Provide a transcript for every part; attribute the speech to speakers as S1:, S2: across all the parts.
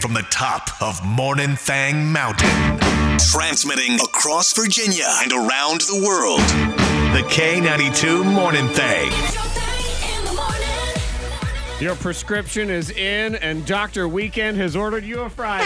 S1: from the top of Morning Thang Mountain, transmitting across Virginia and around the world. The K92 Morning Thang.
S2: Your prescription is in, and Dr. Weekend has ordered you a Friday.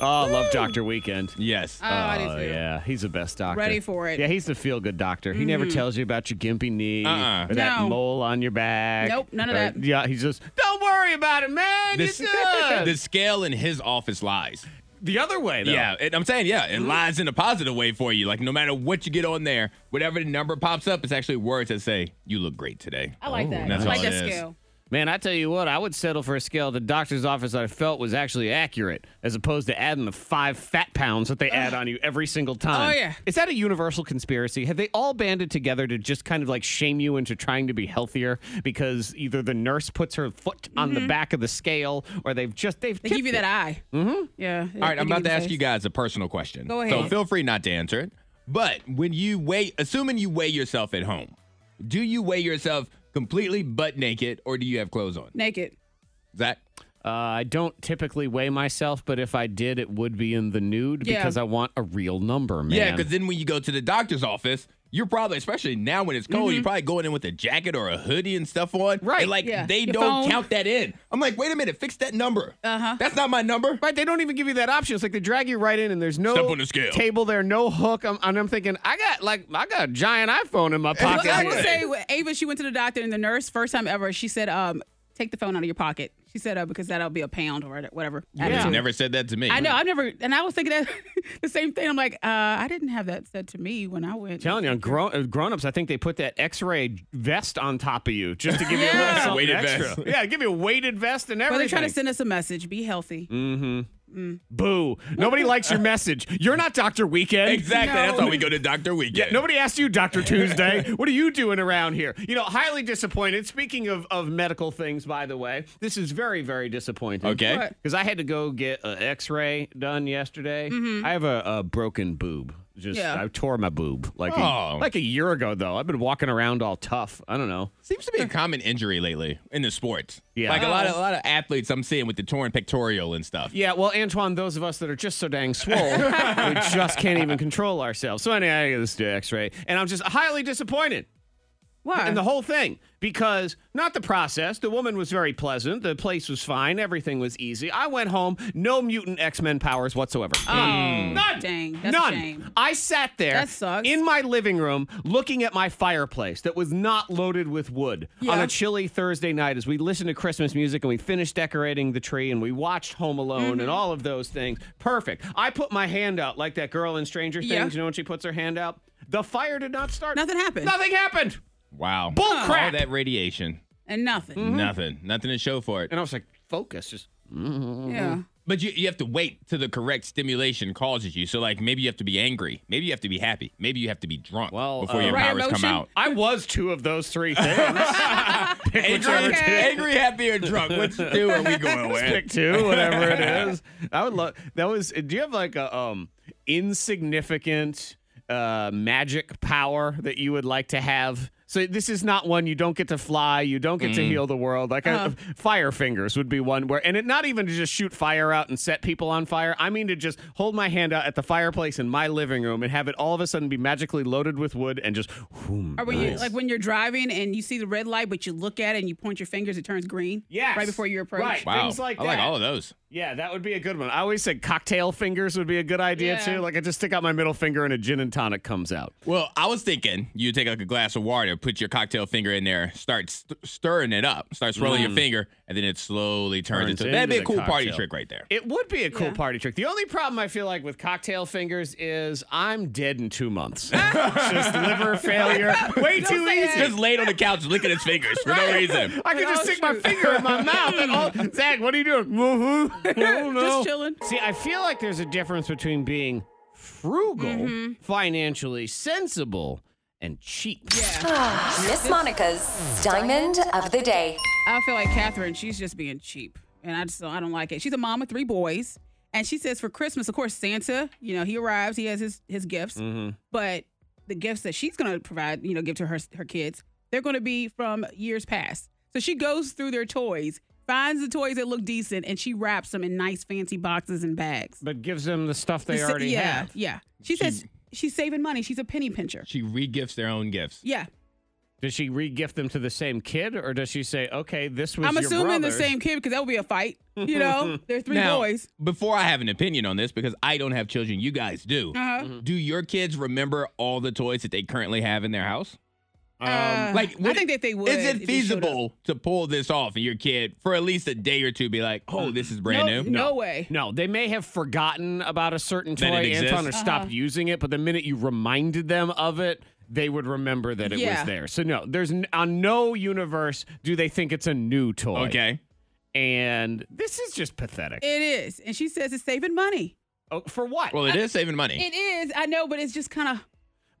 S2: oh, I love Dr. Weekend.
S3: Yes.
S4: Oh, I do too.
S2: yeah, he's the best doctor.
S4: Ready for it. Mm-hmm.
S2: Yeah, he's the feel good doctor. He never tells you about your gimpy knee
S3: Uh-uh.
S2: or that
S4: No.
S2: mole on your back.
S4: Nope, none of
S2: Or-
S4: that.
S2: Yeah, he's just, don't worry about it, man.
S3: the,
S2: It's good.
S3: the scale in his office lies. Mm-hmm.
S2: the other way, though.
S3: Yeah, it, I'm saying, yeah, it lies in a positive way for you. Like, no matter what you get on there, whatever the number pops up, it's actually words that say, you look great today.
S4: I like that.
S3: Oh, that's
S4: I like
S3: all it
S4: that
S3: is.
S4: scale.
S2: Man, I tell you what, I would settle for a scale at the doctor's office that I felt was actually accurate, as opposed to adding the five fat pounds that they add on you every single time.
S4: Oh, yeah.
S2: Is that a universal conspiracy? Have they all banded together to just kind of like shame you into trying to be healthier because either the nurse puts her foot on the back of the scale or they've just, they've
S4: Mm-hmm. They give you that eye. Mm-hmm. Yeah.
S3: All right, I'm about to ask you guys a personal question.
S4: Go
S3: So
S4: ahead.
S3: feel free not to answer it. But when you weigh, assuming you weigh yourself at home, do you weigh yourself completely butt naked or do you have clothes on?
S4: Naked.
S3: Zach?
S2: Uh, I don't typically weigh myself, but if I did, it would be in the nude
S4: Yeah.
S2: because I want a real number, man.
S3: Yeah, because then when you go to the doctor's office, you're probably, especially now when it's cold,
S4: Mm-hmm.
S3: you're probably going in with a jacket or a hoodie and stuff on.
S2: Right,
S3: And, like
S4: yeah.
S3: they
S4: Your
S3: don't
S4: phone. Uh-huh.
S3: count that in. I'm like, wait a minute, fix that number. Uh huh. That's not my number.
S2: Right, they don't even give you that option. It's like they drag you right in, and there's no
S3: Step on the scale.
S2: table there, no hook. I'm, and I'm thinking, I got like I got a giant iPhone in my pocket.
S4: Well, I will
S3: Exactly.
S4: say, when Ava, she went to the doctor and the nurse, first time ever, she said, um, take the phone out of your pocket. She said, uh, because that'll be a pound or whatever.
S3: They
S4: Attitude.
S3: never said that to me.
S4: I know. I've never, and I was thinking that the same thing. I'm like, uh, I didn't have that said to me when I went.
S2: telling you, on grown uh, grown-ups, I think they put that X-ray vest on top of you just to give you a little
S4: Yeah.
S2: something
S3: Weighted
S2: extra.
S3: vest.
S2: Yeah, give you a weighted vest and everything.
S4: Well,
S2: Mm-hmm.
S4: they're trying to send us a message. Be healthy.
S2: Boo! Nobody likes your message. You're not Doctor Weekend.
S3: Exactly. That's why we go to Dr. Weekend.
S2: Yeah, nobody asked you, Dr. Tuesday. what are you doing around here? You know, highly disappointed. Speaking of, of medical things, by the way, this is very, very disappointing.
S3: Okay. What?
S2: Because I had to go get an x ray done yesterday. I have a, a broken boob. Just
S4: Yeah.
S2: I tore my boob like a,
S3: Oh.
S2: like a year ago though. I've been walking around all tough. I don't know.
S3: Seems to be a common injury lately in the sports.
S2: Yeah.
S3: Like a lot
S4: Oh.
S3: of a lot of athletes I'm seeing with the torn pectoral and stuff.
S2: Yeah, well, Antoine, those of us that are just so dang swole, we just can't even control ourselves. So anyway, I get this X-ray, and I'm just highly disappointed.
S4: Why?
S2: and the whole thing because not the process. The woman was very pleasant. The place was fine. Everything was easy. I went home, no mutant X Men powers whatsoever.
S4: oh,
S2: None.
S4: dang. That's
S2: None.
S4: a shame.
S2: I sat there
S4: That sucks.
S2: in my living room looking at my fireplace that was not loaded with wood on
S4: Yeah.
S2: a chilly Thursday night as we listened to Christmas music and we finished decorating the tree and we watched Home Alone
S4: Mm-hmm.
S2: and all of those things. Perfect. I put my hand out like that girl in Stranger Things.
S4: Yeah.
S2: You know when she puts her hand out? The fire did not start.
S4: Nothing happened.
S2: Nothing happened.
S3: Wow.
S2: Bull crap.
S3: All that radiation.
S4: And nothing.
S2: Mm-hmm.
S3: Nothing. Nothing to show for it.
S2: And I was like, focus. Just
S4: Yeah.
S3: But you, you have to wait till the correct stimulation causes you. So like maybe you have to be angry. Maybe you have to be happy. Maybe you have to be drunk
S2: Well,
S3: before
S2: uh,
S3: your
S4: Right
S3: powers come
S4: emotion?
S3: out.
S2: I was two of those three things. Pick whichever
S3: Angry,
S4: Okay.
S2: two.
S3: angry, happy, or drunk. Which two are we going
S2: Pick
S3: with?
S2: two, whatever it is. I would love that was do you have like a um insignificant uh magic power that you would like to have? So this is not one you don't get to fly, you don't get to heal the world. Like uh, fire fingers would be one where and it not even to just shoot fire out and set people on fire. I mean to just hold my hand out at the fireplace in my living room and have it all of a sudden be magically loaded with wood and just whoom,
S4: Or when you like when you're driving and you see the red light, but you look at it and you point your fingers, it turns green.
S2: Yes.
S4: Right before you approach.
S2: Right.
S3: Wow.
S2: Things like
S3: I like
S2: that.
S3: all of those.
S2: Yeah, that would be a good one. I always said cocktail fingers would be a good idea
S4: Yeah.
S2: too. Like I just stick out my middle finger and a gin and tonic comes out.
S3: Well, I was thinking you take like a glass of water, put your cocktail finger in there, start st- stirring it up, start swirling your finger, and then it slowly turns,
S2: Mm. Turns
S3: into that'd be
S2: into
S3: a cool
S2: the
S3: party
S2: cocktail.
S3: trick right there.
S2: It would be a cool
S4: Yeah.
S2: party trick. The only problem I feel like with cocktail fingers is I'm dead in two months. just liver failure. Way too
S4: say
S2: easy.
S4: that.
S3: Just laid on the couch licking his fingers for no reason.
S2: I could just
S4: Oh,
S2: stick my
S4: shoot.
S2: finger in my mouth and all. Zach, what are you doing? Woohoo. Oh, no.
S4: Just chilling.
S2: See, I feel like there's a difference between being frugal,
S4: Mm-hmm.
S2: financially sensible, and cheap.
S4: Yeah.
S5: Miss Monica's Diamond of the Day.
S4: I feel like Catherine, she's just being cheap. And I just don't- I don't like it. She's a mom of three boys. And she says for Christmas, of course, Santa, you know, he arrives, he has his his gifts.
S2: Mm-hmm.
S4: But the gifts that she's gonna provide, you know, give to her her kids, they're gonna be from years past. So she goes through their toys finds the toys that look decent, and she wraps them in nice fancy boxes and bags.
S2: but gives them the stuff they
S4: Sa-
S2: already
S4: yeah,
S2: have.
S4: Yeah. She, says she's saving money. She's a penny pincher.
S3: She regifts their own gifts.
S4: Yeah.
S2: Does she re-gift them to the same kid, or does she say, "Okay, this was"?
S4: I'm
S2: your
S4: assuming
S2: brother's.
S4: the same kid because that would be a fight. You know, there are three
S3: Now,
S4: boys.
S3: Before I have an opinion on this, because I don't have children, you guys do.
S4: Uh-huh.
S3: Do your kids remember all the toys that they currently have in their house?
S2: um,
S4: Uh,
S3: Um, Like,
S4: I
S3: would-
S4: think that they would.
S3: Is it
S4: if you showed up.
S3: feasible to pull this off and your kid for at least a day or two be like, oh, this is brand
S4: no,
S3: new?
S4: No, way.
S2: No, they may have forgotten about a certain toy,
S3: That it exists?
S4: Uh-huh.
S2: Anton, or stopped using it. But the minute you reminded them of it, they would remember that it
S4: Yeah.
S2: was there. So no, there's n- on no universe do they think it's a new toy.
S3: Okay.
S2: and this is just pathetic.
S4: It is. And she says it's saving money.
S2: oh, for what?
S3: Well, it is saving money.
S4: It is. I know, but it's just kind of.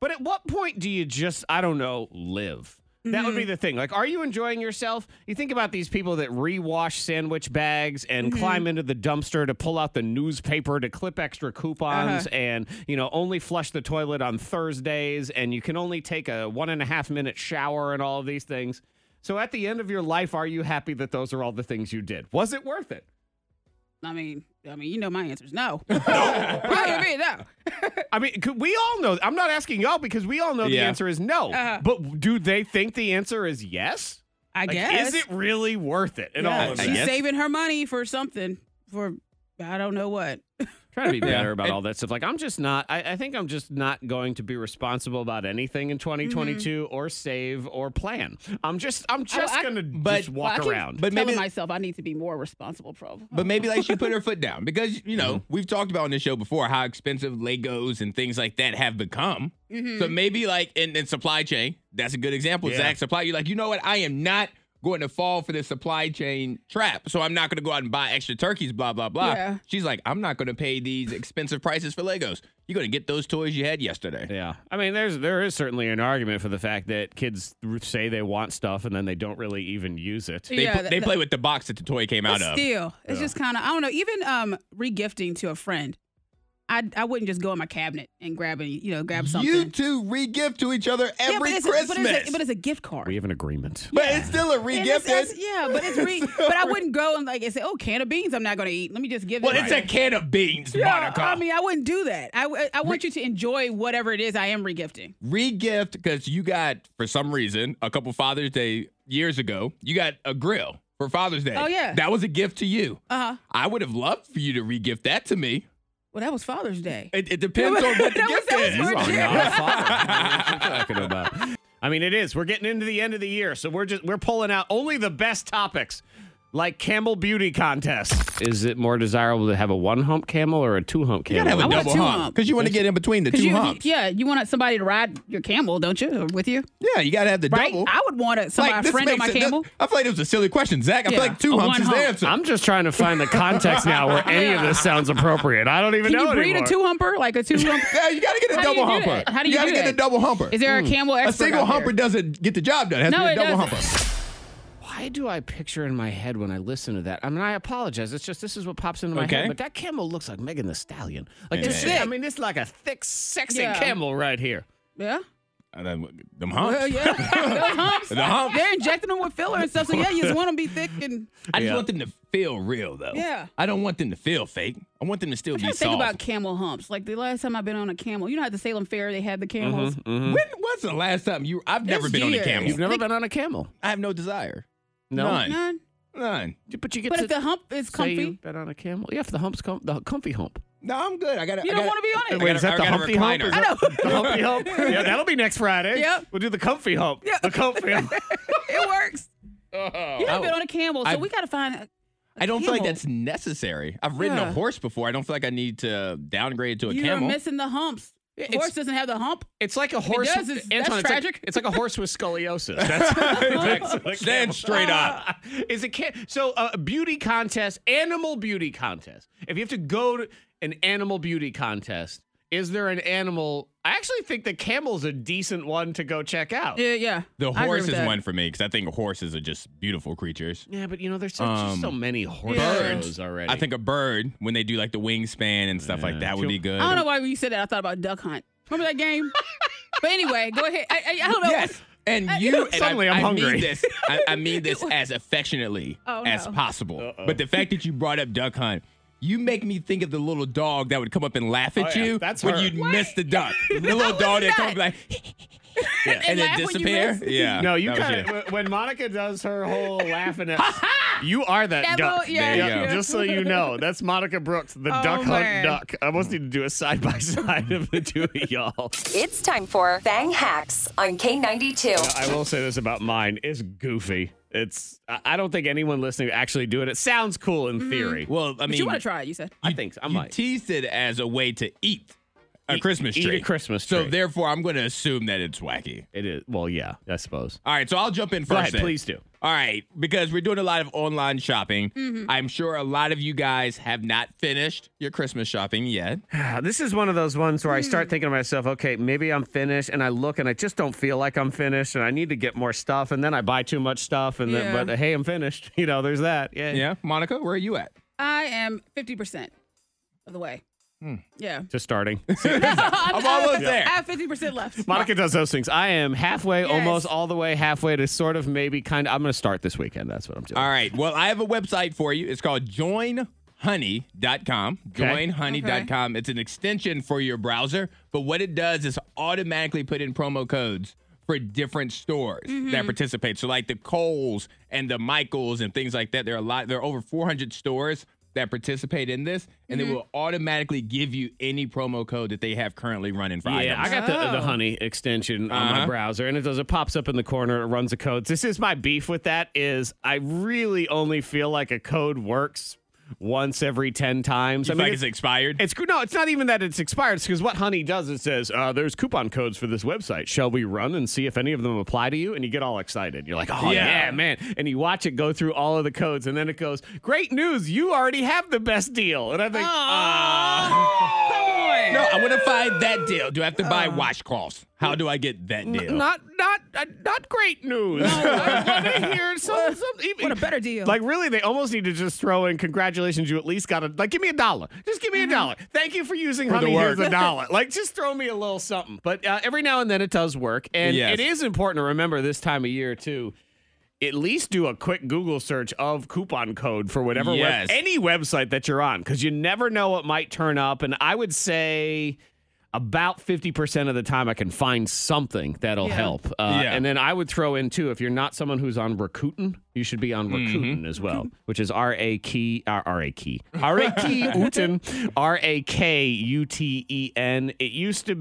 S2: But at what point do you just, I don't know, live? That would be the thing. Like, are you enjoying yourself? You think about these people that rewash sandwich bags and climb into the dumpster to pull out the newspaper to clip extra coupons and, you know, only flush the toilet on Thursdays and you can only take a one and a half minute shower and all of these things. So at the end of your life, are you happy that those are all the things you did? Was it worth it?
S4: I mean, I mean, you know, my answer is no. no. I mean, no.
S2: I mean, could, we all know. I'm not asking y'all because we all know the
S3: Yeah.
S2: answer is no.
S4: Uh-huh.
S2: But do they think the answer is yes?
S4: I
S2: Like,
S4: guess.
S2: Is it really worth it? And all
S4: Yeah,
S2: of
S3: I
S2: that.
S4: she's
S3: guess.
S4: saving her money for something for I don't know what.
S2: Trying to be
S3: Yeah.
S2: better about
S3: And-
S2: all that stuff. Like I'm just not. I, I think I'm just not going to be responsible about anything in 2022 or save or plan. I'm just. I'm just
S4: I-
S2: gonna
S3: but-
S2: just walk
S4: I keep
S2: around.
S3: But
S4: telling
S3: maybe,
S4: myself I need to be more responsible, pro.
S3: but maybe like she put her foot down because, you know,
S4: Mm-hmm.
S3: we've talked about on this show before how expensive Legos and things like that have become.
S4: Mm-hmm.
S3: So maybe like in, in supply chain, that's a good example.
S2: Yeah.
S3: Zach, supply, you're like, you know what? I am not going to fall for the supply chain trap. So I'm not going to go out and buy extra turkeys, blah, blah, blah.
S4: Yeah.
S3: She's like, I'm not going to pay these expensive prices for Legos. You're going to get those toys you had yesterday.
S2: yeah, I mean, there's there is certainly an argument for the fact that kids say they want stuff and then they don't really even use it.
S3: They,
S4: Yeah,
S3: pl-
S4: that-
S3: they
S4: that-
S3: play with the box that the toy came out
S4: But
S3: of.
S4: Still, it's just kind of I don't know. Even um, regifting to a friend, I I wouldn't just go in my cabinet and grab any, you know, grab something.
S3: You two re-gift to each other
S4: yeah,
S3: every
S4: but it's
S3: Christmas.
S4: A, but, it's a, but it's a gift card.
S2: We have an agreement.
S3: But it's still a
S4: And
S3: re-gifted.
S4: it's- it's- yeah, but it's re. but I wouldn't go and like and say, "Oh, can of beans, I'm not going to eat. Let me just give."
S3: well,
S4: this
S3: it's
S4: to
S3: a can of beans,
S4: Yeah,
S3: Monica.
S4: I mean, I wouldn't do that. I, w- I want you to enjoy whatever it is I am regifting.
S3: re-gift because you got, for some reason, a couple Father's Day years ago, you got a grill for Father's Day.
S4: Oh, yeah.
S3: That was a gift to you.
S4: Uh huh.
S3: I would have loved for you to re-gift that to me.
S4: Well, that was Father's Day.
S3: It, it depends on what the
S4: That was-
S3: gift
S4: that was
S3: is.
S4: for
S2: You are
S4: Virgin.
S2: not a father. What are you talking about? I mean, it is. We're getting into the end of the year, so we're just we're pulling out only the best topics, like camel beauty contest. Is it more desirable to have a one hump camel or a two hump
S3: You gotta
S2: camel?
S3: have a
S4: I want
S3: double
S4: two
S3: hump
S4: hump.
S3: because you want to get in between the
S4: 'Cause
S3: two
S4: you,
S3: humps.
S4: yeah, you want somebody to ride your camel, don't you, or with you?
S3: Yeah, you gotta have the
S4: Right?
S3: double.
S4: I would want a, somebody, a friend on my
S3: makes it-
S4: camel.
S3: I feel like it was a silly question, Zach. I feel
S4: Yeah,
S3: like two
S4: a
S3: humps
S4: one
S3: is the
S4: hump.
S3: answer.
S2: I'm just trying to find the context now where any of this sounds appropriate. I don't even
S4: Can
S2: know
S4: you breed
S2: anymore.
S4: a two humper, like a two hump?
S3: Yeah, you gotta get a
S4: How do you
S3: double
S4: do
S3: humper.
S4: that? How do you
S3: gotta
S4: do
S3: get a
S4: that?
S3: double humper.
S4: Is there a camel
S3: a
S4: expert?
S3: single
S4: out there?
S3: humper doesn't get the job done. It has
S4: No,
S3: to be a
S4: it
S3: double
S4: doesn't.
S3: humper.
S2: Why do I picture in my head when I listen to that? I mean, I apologize. It's just this is what pops into my
S3: Okay.
S2: head. But that camel looks like Megan the Stallion. Like
S3: Yeah.
S2: this, I mean, this is like a thick, sexy
S4: Yeah.
S2: camel right here.
S4: Yeah.
S3: And then them humps.
S4: Well, yeah. Those humps.
S3: The humps.
S4: They're injecting them with filler and stuff. So yeah, you just want them to be thick and.
S3: I just
S2: Yeah.
S3: want them to feel real though.
S4: Yeah.
S3: I don't want them to feel fake. I want them to still
S4: I'm
S3: be
S4: trying to
S3: soft.
S4: think about camel humps. Like the last time I've been on a camel, you know, at the Salem Fair they had the
S2: Mm-hmm.
S4: camels.
S3: when was the last time you? I've never
S4: This
S3: been on a
S4: year.
S2: You've
S3: camel.
S2: never been on a camel.
S3: I have no desire.
S2: No.
S3: None.
S4: Oh, None.
S3: None.
S2: But you get
S4: But
S2: to
S4: if the hump is comfy,
S2: Say you bet on a camel. Yeah, if the hump's com- the comfy hump.
S3: No, I'm good. I got.
S4: You don't wanna be on it.
S3: Wait, is that the
S2: humpy
S3: humpy
S2: hump?
S3: hump?
S2: Is The humpy hump. Yeah, that'll be next Friday.
S4: Yep.
S2: We'll do the comfy hump.
S4: Yeah.
S2: The comfy hump.
S4: it works. You haven't
S3: I-
S4: been on a camel, so
S3: I-
S4: we got to find. A,
S3: I don't feel like
S4: camel.
S3: that's necessary. I've ridden a
S4: Yeah.
S3: horse before. I don't feel like I need to downgrade to a
S4: you're
S3: camel.
S4: missing the humps.
S2: It's-
S4: Horse doesn't have the hump.
S2: It's like a horse.
S4: does, it's- that's
S2: Anton, it's like-
S4: tragic.
S2: It's like, a horse with scoliosis. That's that's what a camel-
S3: Stand straight up.
S2: Is a can so uh, a beauty contest, animal beauty contest. If you have to go to an animal beauty contest, is there an animal? I actually think the camel's a decent one to go check out.
S4: Yeah, yeah. I
S3: The
S4: agree
S3: horse
S4: with
S3: is
S4: that.
S3: one for me because I think horses are just beautiful creatures.
S2: Yeah, but you know, there's so, just
S3: Um,
S2: so many horse
S3: Birds.
S2: shows already.
S3: I think a bird when they do like the wingspan and stuff like that would be good.
S4: I don't know why when you said that. I thought about duck hunt. Remember that game? but anyway, go ahead. I, I, I don't know.
S3: Yes. And you, and
S2: Suddenly
S3: I,
S2: I'm
S3: I
S2: hungry.
S3: mean this. I, I mean this as affectionately
S4: Oh,
S3: as
S4: no.
S3: possible. But the fact that you brought up duck hunt, you make me think of the little dog that would come up and laugh at
S2: Oh, yeah,
S3: you
S2: that's
S3: when
S2: her.
S3: you'd miss the duck. The little dog that come up like and, then
S4: laugh when you
S3: disappear.
S4: miss?
S3: Yeah.
S2: No, you
S3: that was
S2: kind
S3: it.
S2: of when Monica does her whole laughing at you are that,
S4: That
S2: duck.
S4: little- yeah,
S3: There you yeah. go.
S2: Just so you know, that's Monica Brooks, the
S4: Oh,
S2: duck hunt
S4: man.
S2: duck. I almost need to do a side by side of the two of y'all.
S5: It's time for Thang Hacks on K92.
S2: I will say this about mine: it's goofy. It's I I don't think anyone listening would actually do it. It sounds cool
S4: Mm-hmm.
S2: in theory.
S3: Well, I
S4: But
S3: mean,
S4: you want to try it? You said.
S2: I think so. I
S3: you
S2: might.
S3: teased it as a way to eat a
S2: Eat-
S3: Christmas
S2: eat a
S3: tree.
S2: Christmas
S3: So
S2: tree.
S3: therefore, I'm going to assume that it's wacky.
S2: it is. Well, yeah, I suppose.
S3: All right, so I'll jump in first.
S2: Go ahead,
S3: then.
S2: please do.
S3: All right, because we're doing a lot of online shopping. I'm sure a lot of you guys have not finished your Christmas shopping yet.
S2: Ah, This is one of those ones where I
S4: Hmm.
S2: start thinking to myself, okay, maybe I'm finished, and I look and I just don't feel like I'm finished, and I need to get more stuff, and then I buy too much stuff, and then
S4: Yeah.
S2: but hey, I'm finished. You know, there's that. Yeah,
S3: Yeah, Monica, where are you at?
S4: I am fifty percent of the way. Yeah.
S2: Just starting.
S4: I'm
S3: Hmm. almost there.
S4: I have fifty percent left.
S2: Monica does those things. I am halfway,
S4: Yes.
S2: almost all the way halfway to sort of maybe kind of. I'm going to start this weekend. That's what I'm doing.
S3: All right, well, I have a website for you. It's called joinhoney.com.
S2: Okay.
S3: Joinhoney.com. It's an extension for your browser, but what it does is automatically put in promo codes for different stores
S2: Mm-hmm.
S3: that participate. So, like the Coles and the Michaels and things like that. There are a lot, there are over 400 stores that participate in this, and
S2: Mm-hmm.
S3: it will automatically give you any promo code that they have currently running for
S2: Yeah,
S3: items. Oh.
S2: I got the, the
S4: Oh.
S2: honey extension on my
S3: Uh-huh.
S2: browser, and it does. It pops up in the corner. It runs a code. This is my beef with that. Is I really only feel like a code works once every ten times.
S3: You
S2: I
S3: feel
S2: mean,
S3: like it's expired.
S2: It's no, it's not even that it's expired. It's because what Honey does, it says uh, there's coupon codes for this website. Shall we run and see if any of them apply to you? And you get all excited. You're like, oh
S3: Yeah.
S2: yeah, man! And you watch it go through all of the codes, and then it goes, great news, you already have the best deal. And I think, uh,
S4: Oh, come on.
S3: no, I want to find that deal. Do I have to buy
S2: Uh,
S3: washcloths? How do I get that deal?
S2: not not uh, not great news. I want to hear some, some e- even,
S4: What a better deal.
S2: Like really, they almost need to just throw in congratulations. You at least got a like. Give me a dollar. Just give me
S4: Mm-hmm.
S2: a dollar. Thank you for using
S3: For the
S2: Honey. Here's
S3: work.
S2: a dollar. Like just throw me a little something. But uh, every now and then it does work, and
S3: Yes.
S2: it is important to remember this time of year too. At least do a quick Google search of coupon code for whatever web-
S3: Yes.
S2: any website that you're on, because you never know what might turn up. And I would say about 50% of the time I can find something that'll
S4: Yeah.
S2: help. Uh,
S3: Yeah.
S2: And then I would throw in too, if you're not someone who's on Rakuten, you should be on
S4: Mm-hmm.
S2: Rakuten as well, which is R A K E, uh, R A K R A K Uten E R A K U T E N. It used to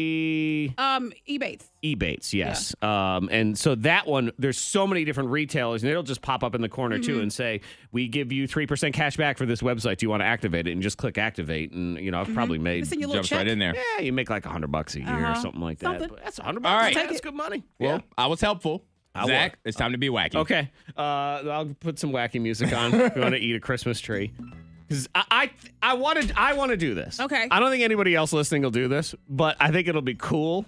S2: be
S4: um, Ebates.
S2: Ebates, yes. Um, and so that one, there's so many different retailers, and it'll just pop up in the corner
S4: Mm-hmm.
S2: too and say, "We give you three percent cash back for this website. Do you want to activate it?" And just click activate, and you know I've probably made
S4: Just send Mm-hmm. you a little
S3: Jumps
S4: check.
S3: right in there.
S2: yeah, you make like a hundred bucks a year or
S4: Uh-huh.
S2: something like
S4: Something.
S2: that. But that's a hundred
S3: All
S2: bucks.
S3: right.
S2: Yeah, That's good money.
S3: Well,
S2: Yeah.
S3: I was helpful. Zach, it's time to be wacky.
S2: Okay. Uh, I'll put some wacky music on. if you want to eat a Christmas tree? Because I, I, I want to, I want to do this.
S4: Okay.
S2: I don't think anybody else listening will do this, but I think it'll be cool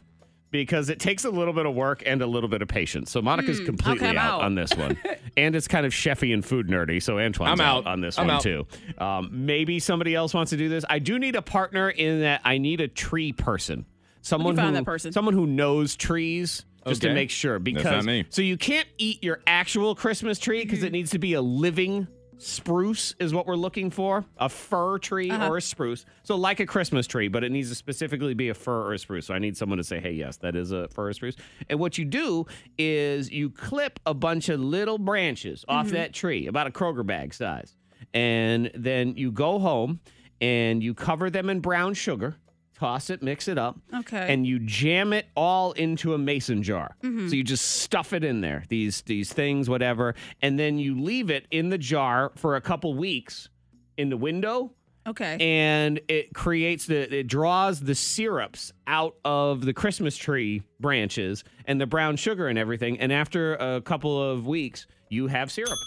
S2: because it takes a little bit of work and a little bit of patience. So Monica's completely
S4: I'm
S2: out,
S4: Hmm, out.
S2: on this one, and it's kind of chefy and food nerdy. So Antoine's
S3: I'm out.
S2: on this
S3: I'm
S2: one
S3: out.
S2: too. Um, maybe somebody else wants to do this. I do need a partner in that. I need a tree person. Someone
S4: find
S2: who,
S4: that person.
S2: someone who knows trees, just to
S3: Okay.
S2: make sure. Because
S3: not me.
S2: so you can't eat your actual Christmas tree because it needs to be a living spruce is what we're looking for, a fir tree or a spruce. So like a Christmas tree, but it needs to specifically be a fir or a spruce. So I need someone to say, "Hey, yes, that is a fir or spruce." And what you do is you clip a bunch of little branches off that tree, about a Kroger bag size. And then you go home and you cover them in brown sugar, toss it, mix it up
S4: Okay.
S2: and you jam it all into a mason jar.
S4: Mm-hmm.
S2: So you just stuff it in there, these these things, whatever, and then you leave it in the jar for a couple weeks in the window,
S4: Okay.
S2: and it creates the it draws the syrups out of the Christmas tree branches and the brown sugar and everything. And after a couple of weeks, you have syrup.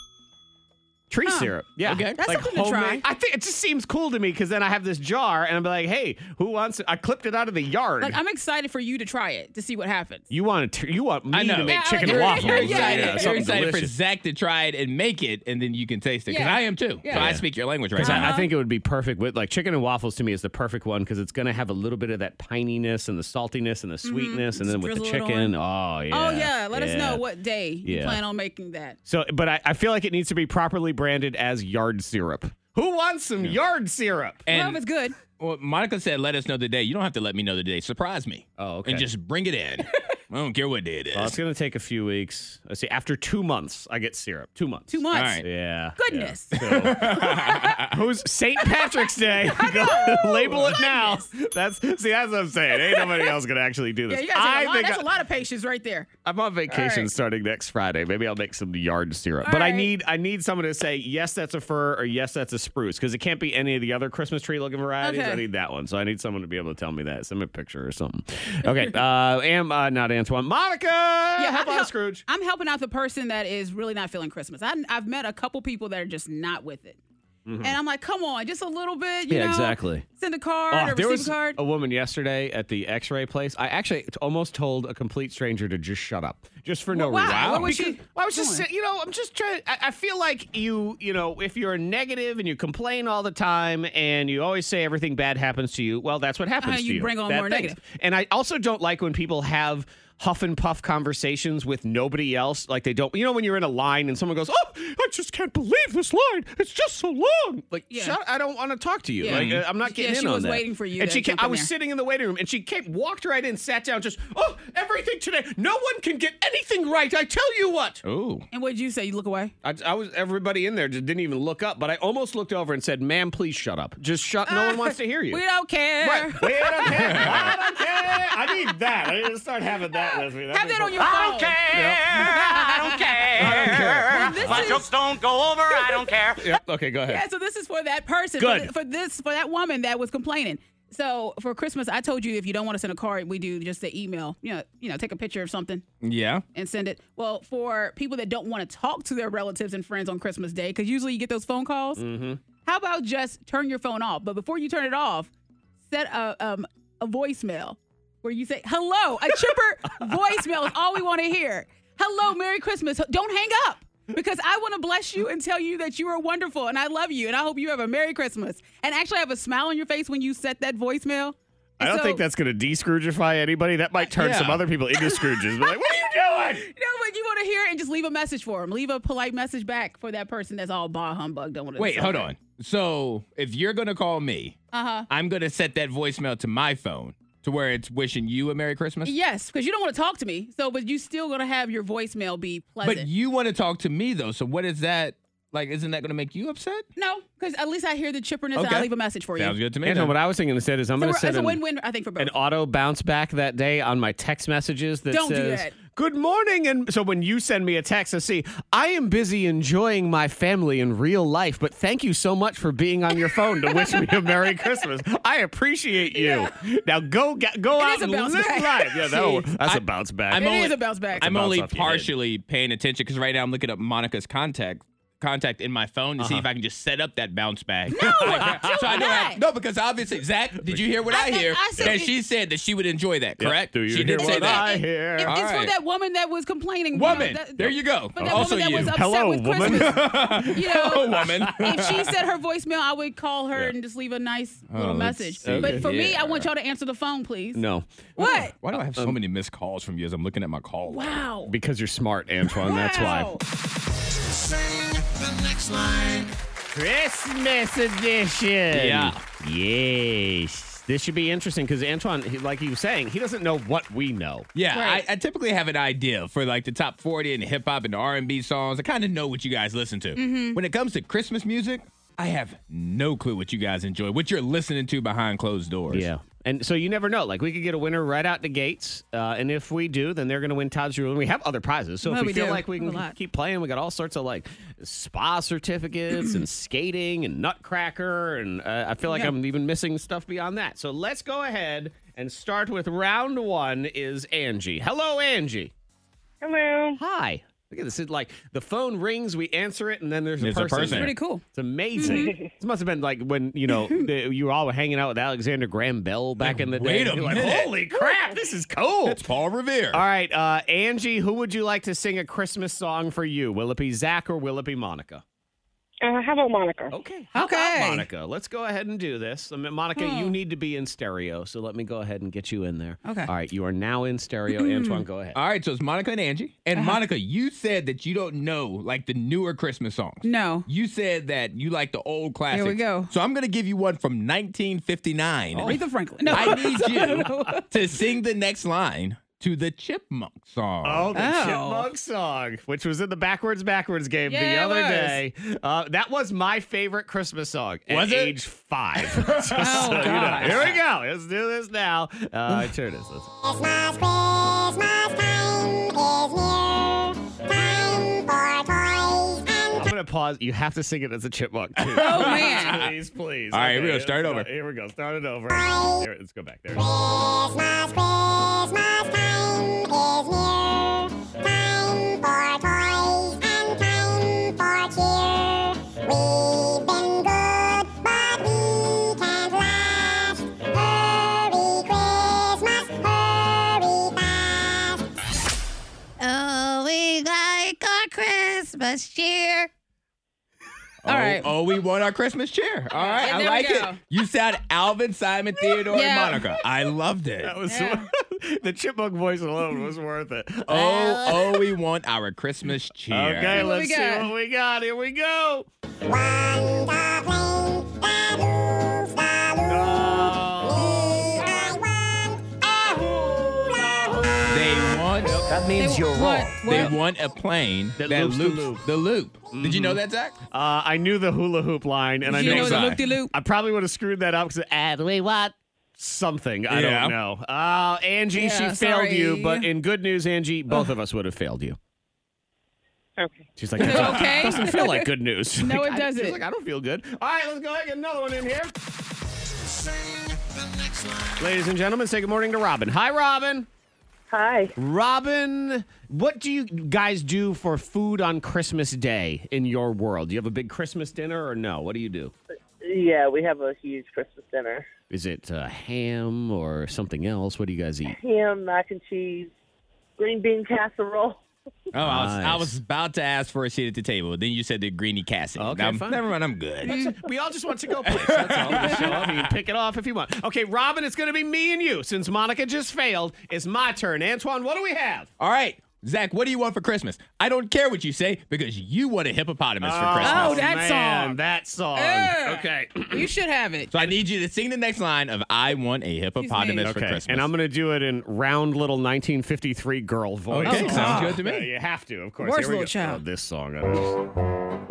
S2: Tree syrup. Yeah.
S3: Okay. That's
S4: something to try.
S2: homemade- I think it just seems cool to me because then I have this jar and I'm like, hey, who wants it? I clipped it out of the yard.
S4: Like I'm excited for you to try it to see what happens.
S2: you want to? You want
S3: I
S2: me
S3: know.
S2: to make
S3: Yeah,
S2: chicken
S4: like-
S2: and waffles?
S3: You're
S4: Yeah,
S3: excited,
S4: yeah,
S3: you're
S2: something
S3: excited for
S2: delicious.
S3: Zach to try it and make it, and then you can taste it. Because
S4: Yeah.
S3: I am too.
S4: Yeah.
S3: So I
S4: Yeah.
S3: speak your language right
S2: So I-
S4: Uh-huh.
S3: now.
S2: I think it would be perfect with like chicken and waffles to me is the perfect one because it's going to have a little bit of that pininess and the saltiness and the sweetness, and then with the
S4: Mm-hmm. drizzle it on.
S2: chicken, oh yeah,
S4: Oh yeah, let us know
S2: yeah.
S4: what day you
S2: Yeah.
S4: plan on making that.
S2: So, but I, I feel like it needs to be properly branded as yard syrup. Who wants some yard syrup?
S4: well, if
S3: And
S4: it's good,
S3: well, Monica said, "Let us know the day." You don't have to let me know the day. Surprise me.
S2: Oh, okay.
S3: And just bring it in. I don't care what day it is.
S2: Well, it's going to take a few weeks. Let's see. After two months, I get syrup. Two months.
S4: too much.
S3: right.
S2: Yeah.
S4: Goodness.
S2: yeah. So- who's St. Patrick's Day? Go- label it now. That's see. That's what I'm saying. Ain't nobody else gonna actually do
S4: Yeah,
S2: this.
S4: you gotta take a
S2: I
S4: lot.
S2: think
S4: That's a
S2: I-
S4: lot of patience right there.
S2: I'm on vacation
S4: right.
S2: starting next Friday. Maybe I'll make some yard syrup.
S4: All
S2: but
S4: right.
S2: I need I need someone to say yes, that's a fir or yes, that's a spruce because it can't be any of the other Christmas tree looking varieties.
S4: Okay.
S2: I need that one, so I need someone to be able to tell me that. Send me a picture or something. Okay, uh, am uh, not Antoine, Monica. Yeah, how
S4: I'm
S2: about
S4: hel-
S2: Uh, Scrooge?
S4: I'm helping out the person that is really not feeling Christmas. I, I've met a couple people that are just not with it. And I'm like, come on, just a little bit. You
S2: Mm-hmm. Yeah,
S4: know,
S2: exactly.
S4: Send a card
S2: Oh,
S4: or
S2: there
S4: receive
S2: was
S4: a card.
S2: a woman yesterday at the X-ray place. I actually t- almost told a complete stranger to just shut up, just for no
S4: Why?
S2: reason.
S4: What was
S2: Because-
S4: she
S2: well, I was just,
S4: doing?
S2: sa- you know, I'm just trying. I, I feel like you, you know, if you're negative and you complain all the time and you always say everything bad happens to you, well, that's what happens
S4: Uh,
S2: to
S4: you
S2: you.
S4: bring on
S2: Bad
S4: more
S2: things.
S4: negative.
S2: And I also don't like when people have huff and puff conversations with nobody else. Like they don't, you know, when you're in a line and someone goes, "Oh, I just can't believe this line. It's just so long." Like,
S4: Yeah.
S2: shut. I don't want to talk to you.
S4: Yeah. Mm-hmm.
S2: Like, uh, I'm not
S4: Yeah,
S2: getting in
S4: she
S2: on
S4: was
S2: that.
S4: waiting for you
S2: And
S4: to
S2: she, came,
S4: jump
S2: I
S4: in
S2: was
S4: there.
S2: sitting in the waiting room, and she came, walked right in, sat down, just oh, everything today. No one can get anything right. I tell you what.
S3: Ooh.
S4: and what did you say? You look away?
S2: I, I was everybody in there just didn't even look up, but I almost looked over and said, "Ma'am, please shut up. Just shut. No one wants to hear you."
S4: We don't care.
S2: Right. We don't care. I don't care. I need that. I need to start having that with me.
S4: Have that on your phone.
S6: I don't care. I don't
S4: This
S6: care. My
S4: is-
S6: jokes don't go over. I don't care.
S2: Yep. Okay, go ahead.
S4: Yeah, so this is for that person. For,
S2: Good.
S4: th- for this, for that woman that was complaining. So for Christmas, I told you if you don't want to send a card, we do just the email. You know, you know, take a picture of something
S3: Yeah.
S4: and send it. Well, for people that don't want to talk to their relatives and friends on Christmas Day, because usually you get those phone calls. How about just turn your phone off? But before you turn it off, set a um, a voicemail where you say hello. A chipper voicemail is all we want to hear. Hello, Merry Christmas. Don't hang up because I want to bless you and tell you that you are wonderful and I love you and I hope you have a Merry Christmas and actually have a smile on your face when you set that voicemail.
S2: I don't
S4: So-
S2: think that's going to de-Scroogify anybody. That might turn
S3: Yeah.
S2: some other people into Scrooges. They're like, what are you doing?
S4: No, but you want to hear it and just leave a message for him. Leave a polite message back for that person that's all bah humbug. Don't want to.
S3: Wait, hold on. So if you're gonna call me, uh-huh. I'm gonna set that voicemail to my phone to where it's wishing you a Merry Christmas.
S4: Yes, because you don't want to talk to me. So, but you still gonna have your voicemail be pleasant.
S3: But you want to talk to me though. So what is that like? Isn't that gonna make you upset?
S4: no, because at least I hear the chipperness and I
S3: Okay.
S4: will leave a message for you.
S3: Sounds good to me.
S2: Anton,
S3: then.
S2: what I was thinking instead is I'm
S4: So
S2: going
S4: we're-
S2: to send
S4: it's a
S2: an-
S4: win-win, I think, for both.
S2: an auto bounce back that day on my text messages that
S4: Don't do
S2: says,
S4: that.
S2: "Good morning." And so when you send me a text, I see I am busy enjoying my family in real life, but thank you so much for being on your phone to wish me a Merry Christmas. I appreciate you. Now go ga- go
S4: It
S2: out
S4: is a
S2: and
S4: bounce
S2: live
S4: back.
S2: life. Yeah, that
S4: Jeez.
S2: one- that's
S3: I-
S2: a bounce back.
S3: I'm
S4: It
S3: only-
S4: is a bounce back.
S3: I'm
S2: bounce
S3: only
S2: off your head.
S3: partially paying attention because right now I'm looking up Monica's contact contact in my phone to see
S2: Uh-huh.
S3: if I can just set up that bounce back. No, so I know
S4: not.
S3: how- no, because obviously Zach, did you hear what I,
S4: I-
S3: hear?
S4: I said-
S3: that she said that she would enjoy that,
S2: Yeah.
S3: correct?
S2: Do you
S3: she
S2: hear
S3: did
S2: what
S3: say that.
S2: I hear?
S4: It- it's for
S3: Alright.
S4: that woman that was complaining. you know,
S3: Woman,
S4: that-
S3: there you go.
S4: For that
S3: Also
S4: woman that
S3: you.
S4: was upset
S2: Hello,
S4: with
S2: woman.
S4: Christmas. you know,
S3: Hello, woman.
S4: if she said her voicemail, I would call her and just leave a nice little
S3: let's
S4: message.
S3: see
S4: But
S3: here.
S4: for me, I want y'all to answer the phone, please.
S2: no,
S4: What?
S3: Why do I have so
S4: Um,
S3: many missed calls from you as I'm looking at my call?
S4: Wow.
S2: because you're smart, Antoine. That's why.
S4: Wow.
S2: Christmas edition.
S3: Yeah.
S2: Yes. This should be interesting because Antoine, he, like he was saying, he doesn't know what we know.
S3: Yeah,
S4: Right.
S3: I, I typically have an idea for like the top 40 and hip hop and R and B songs. I kind of know what you guys listen to.
S4: Mm-hmm.
S3: When it comes to Christmas music, I have no clue what you guys enjoy, what you're listening to behind closed doors.
S2: Yeah. And so you never know. Like we could get a winner right out the gates, uh, and if we do, then they're going to win Todd's Jewel, and we have other prizes. So
S4: Well,
S2: if we,
S4: we
S2: feel
S4: do.
S2: like we
S4: We have a
S2: can
S4: lot.
S2: keep playing, we got all sorts of like spa certificates and skating and Nutcracker, and uh, I feel like
S4: Yeah.
S2: I'm even missing stuff beyond that. So let's go ahead and start with round one. Is Angie? Hello, Angie.
S7: Hello.
S2: Hi. Look at this. It's like the phone rings, we answer it, and then there's a
S3: There's a
S2: person.
S3: person.
S2: there.
S4: Pretty cool.
S2: It's amazing.
S3: Mm-hmm.
S2: This must have been like when you know the, you were all hanging out with Alexander Graham Bell back in the day.
S3: Wait a
S2: You're like,
S3: minute.
S2: Holy crap, this is cool.
S3: That's Paul Revere.
S2: all right, uh, Angie, who would you like to sing a Christmas song for you? Will it be Zach or will it be Monica?
S7: Uh, how about Monica?
S2: Okay. How
S4: Okay. Hmm.
S2: about Monica? Let's go ahead and do this. I mean, Monica, you need to be in stereo, so let me go ahead and get you in there.
S4: Okay. Hmm.
S2: All right, you are now in stereo. Antoine, go ahead.
S3: All right, so it's Monica and Angie. And
S4: Uh-huh.
S3: Monica, you said that you don't know like the newer Christmas songs.
S4: No.
S3: You said that you like the old classics.
S4: we go. Oh.
S3: So I'm going to give you one from 1959.
S4: Aretha Franklin. No.
S3: I need you to sing the next line to the Chipmunk song.
S2: Oh, the
S4: Oh.
S2: Chipmunk song, which was in the backwards backwards game the
S4: Yeah, it
S2: other
S4: was.
S2: day. Uh, that was my favorite Christmas song
S3: Was
S2: at
S3: it?
S2: age five. Just so you know.
S4: Oh, gosh.
S2: Here we go. Let's do this now. Uh, sure it is. Let's-
S8: Christmas, Christmas time is near. Time for toys and
S2: I'm gonna pause. You have to sing it as a chipmunk. Too.
S4: Oh, man.
S2: please, please.
S3: All right, here we go.
S2: let's
S3: Start
S2: go.
S3: it over.
S2: Here we go. Start it over. Here, let's go back there.
S8: Christmas, Christmas time is near. Time for toys and time for cheer. We've been good, but we can't last. Hurry, Christmas, hurry fast.
S9: Oh, we like our Christmas cheer.
S3: Oh,
S4: All right.
S3: oh, we want our Christmas cheer. All right,
S4: And
S3: I
S4: there we
S3: like it.
S4: go.
S3: You sound Alvin, Simon, Theodore,
S4: Yeah.
S3: and Monica. I loved it.
S2: That was
S4: Yeah.
S2: the chipmunk voice alone was worth it.
S3: Oh, oh, we want our Christmas cheer.
S2: Okay,
S4: what
S2: let's
S4: we
S2: see
S4: got.
S2: what we got. Here we go.
S8: One's a plane that moves the loop.
S2: Oh.
S8: I want a hula hoop.
S3: They want
S10: That means you're wrong.
S3: they
S4: What?
S3: want a plane that,
S2: loops the loop.
S3: the loop. Did you know that, Zach?
S2: Uh, I knew the hula hoop line, and I
S4: you
S2: know,
S4: know
S3: Next
S4: the
S3: line.
S4: loop de loop.
S2: I probably would have screwed that up because and we want something. I
S3: Yeah.
S2: don't know. Uh, Angie, she
S4: Yeah,
S2: failed you,
S4: sorry.
S2: but in good news, Angie, both of us would have failed you.
S7: Okay.
S2: She's like,
S4: it okay?
S2: doesn't feel like good news.
S4: No,
S2: Like,
S4: it
S2: I-
S4: doesn't.
S2: She's like, I don't feel good. All right, let's go ahead and get another one in here. Ladies and gentlemen, say good morning to Robin. Hi, Robin.
S7: Hi.
S2: Robin, what do you guys do for food on Christmas Day in your world? Do you have a big Christmas dinner or no? What do you do?
S7: Yeah, we have a huge Christmas dinner.
S2: Is it uh, ham or something else? What do you guys eat?
S7: Ham, mac and cheese, green bean casserole.
S3: Oh, I, was, I
S2: Nice.
S3: was about to ask for a seat at the table. Then you said the Greeny Cassidy.
S2: Okay,
S3: Now,
S2: fine.
S3: Never mind, I'm good.
S2: We all just want to go places. That's all. Just show up. You can pick it off if you want. Okay, Robin, it's going to be me and you. Since Monica just failed, it's my turn. Antoine, what do we have?
S3: All right, Zach, what do you want for Christmas? I don't care what you say because you want a hippopotamus for Christmas.
S4: Oh, that
S2: man,
S4: song.
S2: That song.
S4: Ugh.
S2: Okay.
S4: You should have it.
S3: So I need you to sing the next line of "I want a hippopotamus
S4: Excuse
S3: for Christmas."
S2: And I'm going to do it in round little 1953 girl voice.
S3: Okay, sounds good to me.
S2: Yeah, you have to, of course.
S4: Worst
S2: Here we
S4: little
S2: go.
S4: child.
S2: Oh, this song. I don't-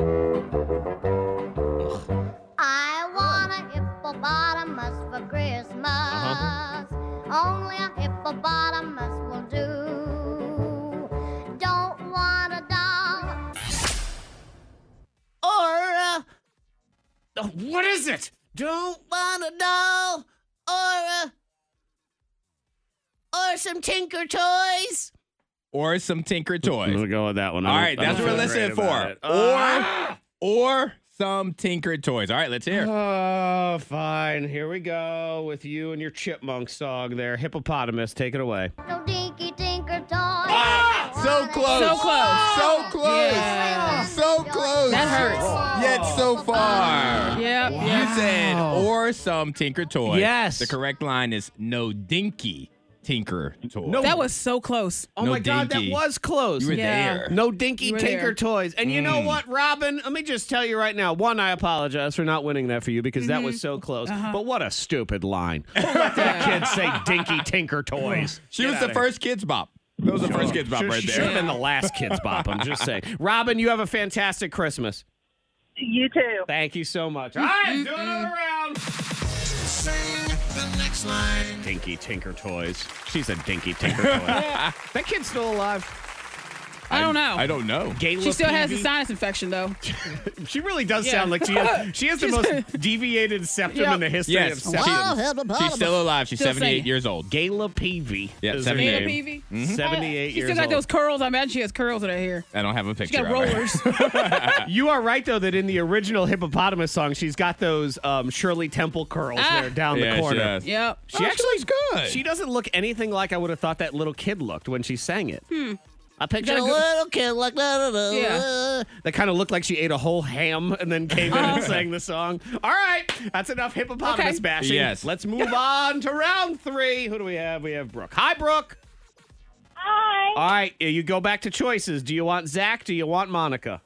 S8: I
S3: Oh.
S8: want a hippopotamus for Christmas.
S3: Uh-huh.
S8: Only a hippopotamus will do. Don't want a doll.
S9: Or uh,
S2: Oh, what is it? Don't.
S9: want a doll. Or uh, or some Tinker Toys.
S3: or some Tinker
S2: I'm
S3: Toys.
S2: going to go with that one.
S3: All
S2: I
S3: right,
S2: don't- I
S3: that's what
S2: don't
S3: we're
S2: feel
S3: listening
S2: great about
S3: for.
S2: it. Uh,
S3: Or or some Tinker Toys. All right, let's hear.
S2: Oh, fine. Here we go with you and your chipmunk song there. Hippopotamus, take it away.
S8: No dinky tinker toy.
S3: Ah! So close.
S4: So
S3: So
S4: close.
S3: close.
S4: Yeah.
S3: So close.
S4: That hurts.
S3: Yet so far.
S4: Yep.
S3: You said or some Tinker Toy.
S2: Yes.
S3: The correct line is no dinky Tinker Toy.
S2: No.
S4: That was so close.
S2: Oh
S3: No
S2: my god, that
S3: dinky.
S2: was close.
S3: You were
S4: Yeah.
S3: there. Mm.
S2: no dinky
S4: You were
S2: tinker
S4: there.
S2: toys. And you know what, Robin? Let me just tell you right now. One, I apologize for not winning that for you because that
S3: Mm-hmm.
S2: was so close.
S3: Uh-huh.
S2: But what a stupid line. Who let that kid say dinky tinker toys?
S3: She
S2: Get
S3: was the
S2: outta
S3: first kids bop. That was the first kids bop
S2: Sure,
S3: right
S2: she
S3: there.
S2: should have been the last kid's bop. I'm just saying. Robin, you have a fantastic Christmas.
S7: You too.
S2: Thank you so
S4: Mm-hmm.
S2: much. All right, do another round. Dinky Tinker Toys. She's a Dinky Tinker Toy. that kid's still alive.
S4: I don't know.
S3: I don't know.
S2: Gayla
S4: She still has a
S2: Peavy?
S4: sinus infection though.
S2: She really does
S4: Yeah.
S2: sound like she has. She has the
S4: She's-
S2: most deviated septum
S4: Yeah.
S2: in the history
S3: Yes.
S2: of
S3: She-
S2: septum.
S3: She's still alive. She's
S4: Still
S3: 78
S4: singing.
S3: years old.
S2: Gayla Peavy.
S3: Yeah, Mm-hmm.
S2: is her
S3: 78.
S4: Gayla
S2: name. Mm.
S4: Peavy?
S2: Seventy-eight
S4: She
S2: years
S4: still got
S2: old.
S4: those curls. I imagine she has curls in her hair.
S3: I don't have a
S4: She
S3: picture
S4: got
S3: of her.
S4: rollers.
S3: Uh,
S2: You are right though that in the original hippopotamus song, she's got those um, Shirley Temple curls
S4: Ah.
S2: there down
S3: Yeah,
S2: the
S3: she
S2: corner.
S3: does.
S4: yep.
S2: She actually
S3: looks good.
S2: She doesn't look anything like I would have thought that little kid looked when she sang it. I
S9: Hmm. Got
S2: pictured a
S9: a little kid like da da da. Oh.
S4: Yeah.
S2: that kind of looked like she ate a whole ham and then came in and sang the song. All right, that's enough hippopotamus
S4: Okay.
S2: bashing.
S3: Yes.
S2: Let's move on to round three. Who do we have? We have Brooke. Hi, Brooke.
S7: Hi.
S2: All right, you go back to choices. Do you want Zach? Do you want Monica?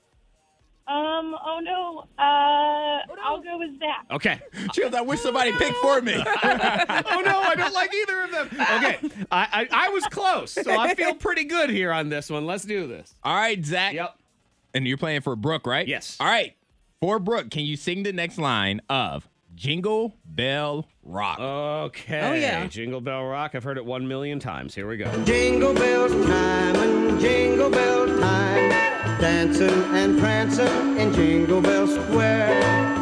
S7: Um. Oh no. Uh. I'll go with Zach.
S2: Okay.
S3: Chills, I wish somebody picked for me.
S2: oh no, I don't like either of them. Okay, I, I I was close, so I feel pretty good here on this one. Let's do this.
S3: All right, Zach.
S2: Yep.
S3: And you're playing for Brooke, right?
S2: Yes.
S3: All right. For Brooke, can you sing the next line of Jingle Bell Rock?
S2: Uh. Okay.
S4: Oh, yeah.
S2: Jingle Bell Rock. I've heard it one million times. Here we go.
S10: Jingle bell time and jingle bell time. Dancing and prancing in Jingle Bell Square.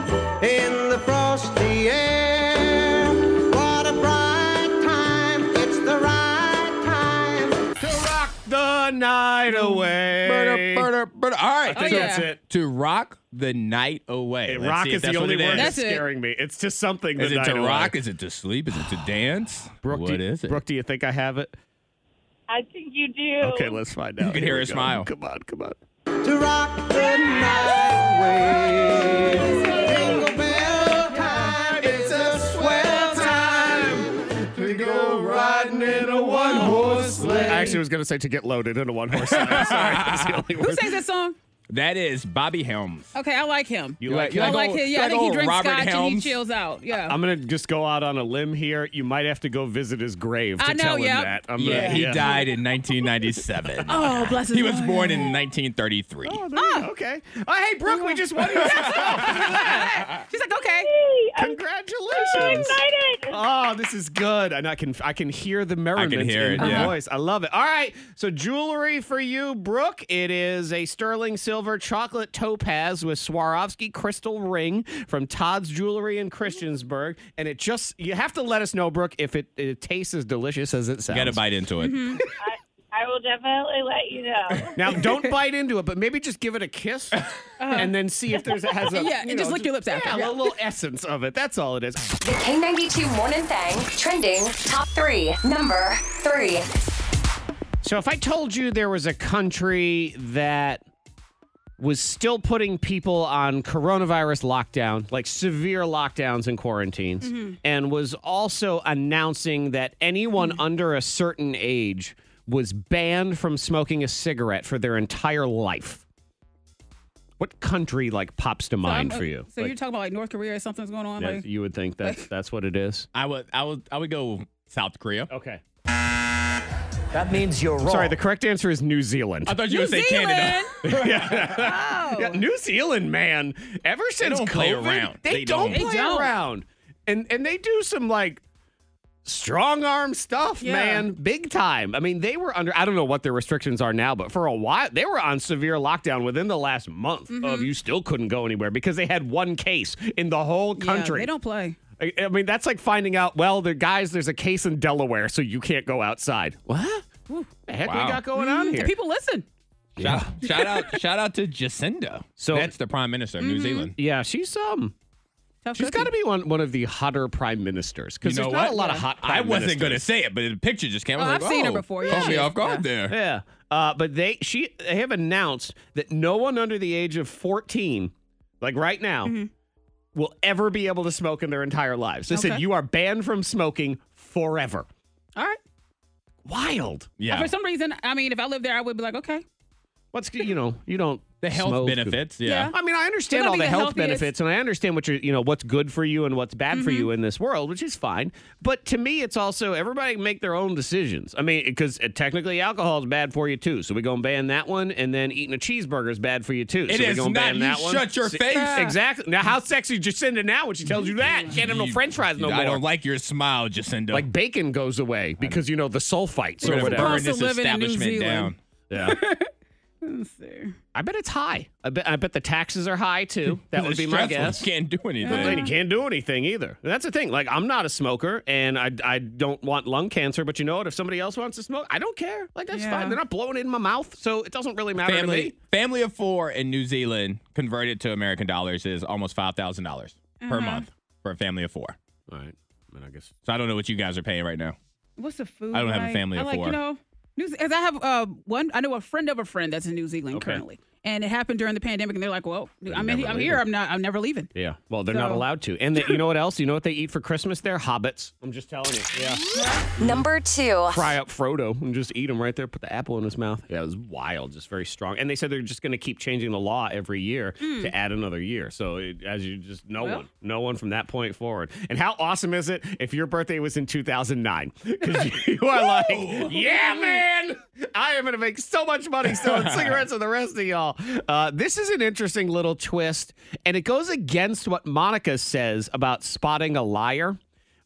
S10: In the frosty air. What a bright time. It's the right time.
S2: To rock the night away.
S3: Burda, burda, burda. All right.
S2: I think
S4: Oh,
S2: that's
S4: yeah.
S2: it.
S3: To rock the night away.
S2: It-
S3: Let's
S2: rock
S3: see if
S2: is the
S3: that's what
S2: only
S3: it
S2: word
S3: is.
S2: that's
S4: That's it.
S2: scaring me. It's just something.
S3: Is
S2: the
S3: it to
S2: night away.
S3: rock? Is it to sleep? Is it to dance?
S2: Brooke,
S3: what
S2: do,
S3: is it?
S2: Brooke, do you think I have it?
S7: I think you do.
S2: Okay, let's find out.
S3: can
S2: Here
S3: hear
S2: we
S3: a
S2: go.
S3: smile.
S2: Come on, come on.
S10: To rock the night away. Jingle bell time. It's a swell time.
S2: To go riding in a one horse sleigh. I actually was going to say to get loaded in a one horse sleigh. I'm Sorry, that's the only
S4: Who
S2: word.
S4: sings that song?
S3: That is Bobby Helms.
S4: Okay, I like him.
S2: You like,
S3: You
S4: I
S2: him?
S4: like
S3: old-
S4: him. Yeah,
S3: like
S4: I think he
S3: old
S4: drinks
S3: Robert
S4: scotch and he
S3: Helms?
S4: chills out. Yeah.
S2: I'm gonna just go out on a limb here. You might have to go visit his grave to
S4: I know,
S2: tell him
S4: yep.
S2: that. I'm
S3: Yeah,
S2: gonna,
S3: he died in 1997.
S4: oh, bless his
S3: he was
S4: heart. Ah,
S3: born in 1933.
S2: Oh, there you go. okay. Oh, hey, Brooke, we just won you some stuff.
S4: She's like, okay.
S7: Hey, I'm so
S2: Congratulations.
S7: excited.
S2: Oh, this is good, and I can I can hear the merriment
S3: hear
S2: in
S3: it,
S2: her
S3: yeah.
S2: voice. I love it. All right, so jewelry for you, Brooke. It is a sterling silver chocolate topaz with Swarovski crystal ring from Todd's Jewelry in Christiansburg, and it just you have to let us know, Brooke, if it, it tastes as delicious as it sounds.
S3: Got to bite into it.
S4: Mm-hmm.
S7: I, I will definitely let you know.
S2: Now, don't bite into it, but maybe just give it a kiss and then see if there's it has a
S4: Uh-huh. Yeah,
S2: you
S4: and just lick your lips
S2: yeah,
S4: after.
S2: a
S4: Yeah.
S2: little essence of it. That's all it is.
S5: The K92 Morning Thang trending top three. Number three.
S2: So, if I told you there was a country that was still putting people on coronavirus lockdown, like severe lockdowns and quarantines,
S4: Mm-hmm.
S2: and was also announcing that anyone
S4: Mm-hmm.
S2: under a certain age was banned from smoking a cigarette for their entire life. What country like pops to mind
S4: I'm-
S2: for you?
S4: So
S2: Like-
S4: you're talking about like North Korea or something's going on?
S2: Yeah,
S4: Like,
S2: you would think that's that's what it is.
S3: I would, I would, I would go South Korea.
S2: Okay.
S10: That means you're wrong.
S2: Sorry, the correct answer is New Zealand.
S3: I thought you
S4: New
S3: would say
S4: Zealand.
S3: Canada.
S4: Oh.
S2: Yeah, New Zealand, man. Ever since
S3: don't
S2: COVID,
S3: play around.
S2: they,
S3: They
S2: don't,
S3: don't.
S2: play
S4: They don't.
S2: around, and and they do some like strong arm stuff,
S4: Yeah.
S2: man, big time. I mean, they were under. I don't know what their restrictions are now, but for a while they were on severe lockdown within the last month
S4: Mm-hmm.
S2: of you still couldn't go anywhere because they had one case in the whole
S4: Yeah,
S2: country.
S4: they don't play.
S2: I, I mean, that's like finding out, well, the guys, there's a case in Delaware, so you can't go outside. What? What the heck
S3: Wow.
S2: we got going on
S4: Mm-hmm. The
S2: here?
S4: Mm, people listen.
S3: Shout, shout out, shout out to Jacinda.
S2: So-
S3: So that's the Prime Minister of
S4: Mm-hmm.
S3: New Zealand.
S2: yeah, she's um,
S4: Tough
S2: she's
S4: cookie.
S2: got to be one one of the hotter prime ministers because
S3: You know
S2: there's not
S3: what?
S2: a lot of hot.
S3: I wasn't going
S2: going
S3: to say it, but the picture just came.
S4: Oh,
S3: I was
S4: I've
S3: like,
S4: seen her
S3: oh,
S4: before, yeah.
S3: Caught me
S4: Yeah.
S3: off guard there.
S2: Yeah, uh, but they she they have announced that no one under the age of 14, like right now, will ever be able to smoke in their entire lives. They said
S4: Okay.
S2: you are banned from smoking forever.
S4: All right.
S2: Wild.
S3: Yeah.
S4: For some reason, I mean, if I lived there, I would be like, okay.
S2: What's you know you don't
S3: the health
S2: smoke.
S3: benefits. Yeah.
S2: I mean, I understand all the,
S4: Wouldn't that be the
S2: health
S4: healthiest?
S2: benefits, and I understand what you're, you know, what's good for you and what's bad for you in this world, which is fine. But to me, it's also everybody make their own decisions. I mean, because technically, alcohol is bad for you too, so we're gonna ban that one, and then eating a cheeseburger is bad for you too.
S3: It
S2: so we're
S3: is
S2: gonna
S3: not.
S2: ban
S3: You
S2: that one.
S3: shut your
S2: See-
S3: face.
S2: Exactly. Now, how sexy is Jacinda now when she tells you that? She can't have no
S3: You-
S2: French fries no
S3: I
S2: more.
S3: don't like your smile, Jacinda.
S2: like bacon goes away because you know the sulfites
S3: We're
S2: or
S3: gonna
S2: whatever.
S3: burn
S4: Supposed to
S3: this
S4: live in New
S3: establishment
S4: Zealand.
S3: down.
S2: Yeah.
S4: Let's see.
S2: I bet it's high. I bet I bet the taxes are high too. That would
S3: It's
S2: be my
S3: stressful.
S2: guess.
S3: Can't do anything.
S2: And you can't do anything either. That's the thing. Like I'm not a smoker, and I I don't want lung cancer. But you know what? If somebody else wants to smoke, I don't care. Like that's
S4: Yeah.
S2: fine. They're not blowing it in my mouth, so it doesn't really matter to me.
S3: family family of four in New Zealand converted to American dollars is almost five thousand dollars per
S4: Mm-hmm.
S3: month for a family of four.
S2: All right. Then I guess
S3: So I don't know what you guys are paying right now.
S4: What's the food?
S3: I don't have a
S4: like?
S3: family
S4: I
S3: of
S4: like,
S3: four.
S4: You know, New, as I have uh, one, I know a friend of a friend that's in New Zealand currently, and it happened during the pandemic, and they're like, "Well, I'm in,
S2: never
S4: I'm
S2: leaving.
S4: here. I'm not. I'm never leaving."
S2: Yeah. Well, they're not
S4: So-
S2: allowed to. And they, you know what else? You know what they eat for Christmas? They're hobbits. I'm just telling you. Yeah.
S5: Number two.
S2: Fry up Frodo and just eat him right there. Put the apple in his mouth. Yeah, it was wild. Just very strong. And they said they're just going to keep changing the law every year to add another year. So it, as you just, no
S4: Well.
S2: one, no one from that point forward. And how awesome is it if your birthday was in 2009? Because you are like, yeah, man, I am going to make so much money selling cigarettes with the rest of y'all. Uh, this is an interesting little twist, and it goes against what Monica says about spotting a liar.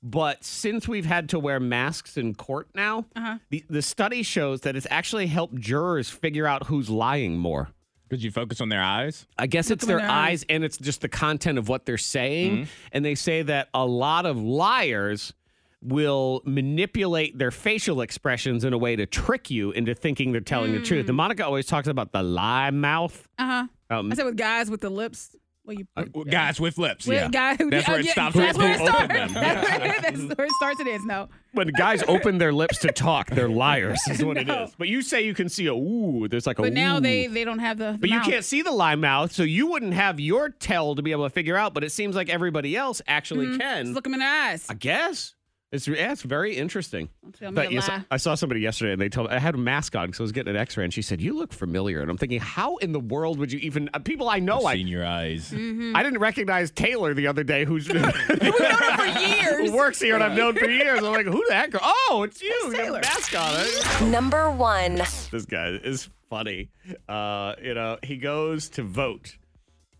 S2: But since we've had to wear masks in court now,
S4: Uh-huh.
S2: the, the study shows that it's actually helped jurors figure out who's lying more.
S3: Could you focus on their eyes?
S2: I guess it's
S4: them
S2: their
S4: in their eyes.
S2: eyes and it's just the content of what they're saying.
S4: Mm-hmm.
S2: And they say that a lot of liars will manipulate their facial expressions in a way to trick you into thinking they're telling the
S4: Mm.
S2: truth. And Monica always talks about the lie mouth.
S4: Uh huh.
S2: Um, uh,
S4: I said with guys with the lips. Well, you
S3: Well, Guys with lips.
S4: with
S3: yeah.
S4: guy who
S3: That's
S4: did-
S3: where
S4: uh,
S3: it
S4: yeah,
S3: stops.
S4: That's
S3: with
S4: where it
S3: who opened them.
S4: starts. That's where it- that's where it starts. It is no.
S2: when guys open their lips to talk, they're liars, is what it is. But you say you can see a ooh, there's like a
S4: But now
S2: ooh.
S4: they they don't have the. the
S2: But
S4: mouth.
S2: you can't see the lie mouth, so you wouldn't have your tell to be able to figure out. But it seems like everybody else actually
S4: Mm-hmm. Just
S2: can.
S4: look them in the eyes.
S2: I guess it's yeah, it's very interesting.
S4: Don't tell me
S2: But
S4: a
S2: yes,
S4: lie.
S2: I saw somebody yesterday, and they told I had a mask on, so I was getting an X-ray, and she said, "You look familiar." And I'm thinking, how in the world would you even? uh, people I know, I
S3: I've seen your eyes.
S4: Mm-hmm. Hmm.
S2: I didn't recognize Taylor the other day, who's who
S4: We've known her for years.
S2: works here and I've known for years. I'm like, who the heck? are- Oh, it's you. You got a
S4: Taylor.
S2: mask on. I-
S5: Number one.
S2: this guy is funny. Uh, you know, he goes to vote,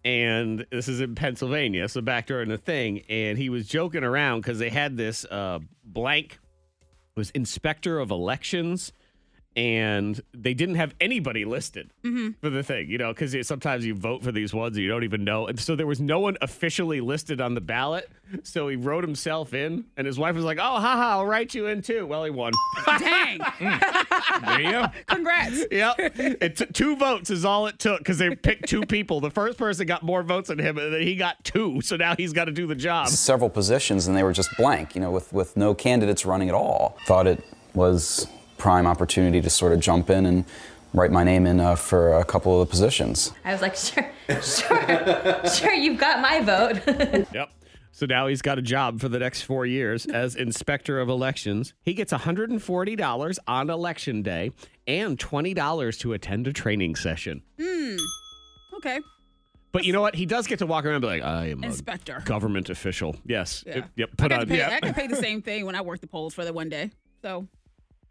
S2: and this is in Pennsylvania, so back during the thing, and he was joking around because they had this uh, blank it was inspector of elections. And they didn't have anybody listed for the thing, you know, because sometimes you vote for these ones and you don't even know. And so there was no one officially listed on the ballot. So he wrote himself in, and his wife was like, "Oh, haha, I'll write you in too." Well, he won.
S4: Dang.
S3: There you go.
S4: Congrats.
S2: Yep. It t- two votes is all it took because they picked two people. The first person got more votes than him, and then he got two. So now he's got to do the job.
S11: several positions and they were just blank, you know, with, with no candidates running at all. Thought it was prime opportunity to sort of jump in and write my name in uh, for a couple of the positions.
S12: I was like, sure, sure, sure, you've got my vote.
S2: Yep. So now he's got a job for the next four years as inspector of elections. He gets $140 on election day and $20 to attend a training session.
S4: Okay.
S2: But you know what? He does get to walk around and be like, I am a
S4: Inspector.
S2: government official. Yes.
S4: Yeah.
S2: Yep.
S4: I
S2: Put
S4: got to
S2: on.
S4: pay,
S2: yeah.
S4: I got paid the same thing when I worked the polls for the one day. So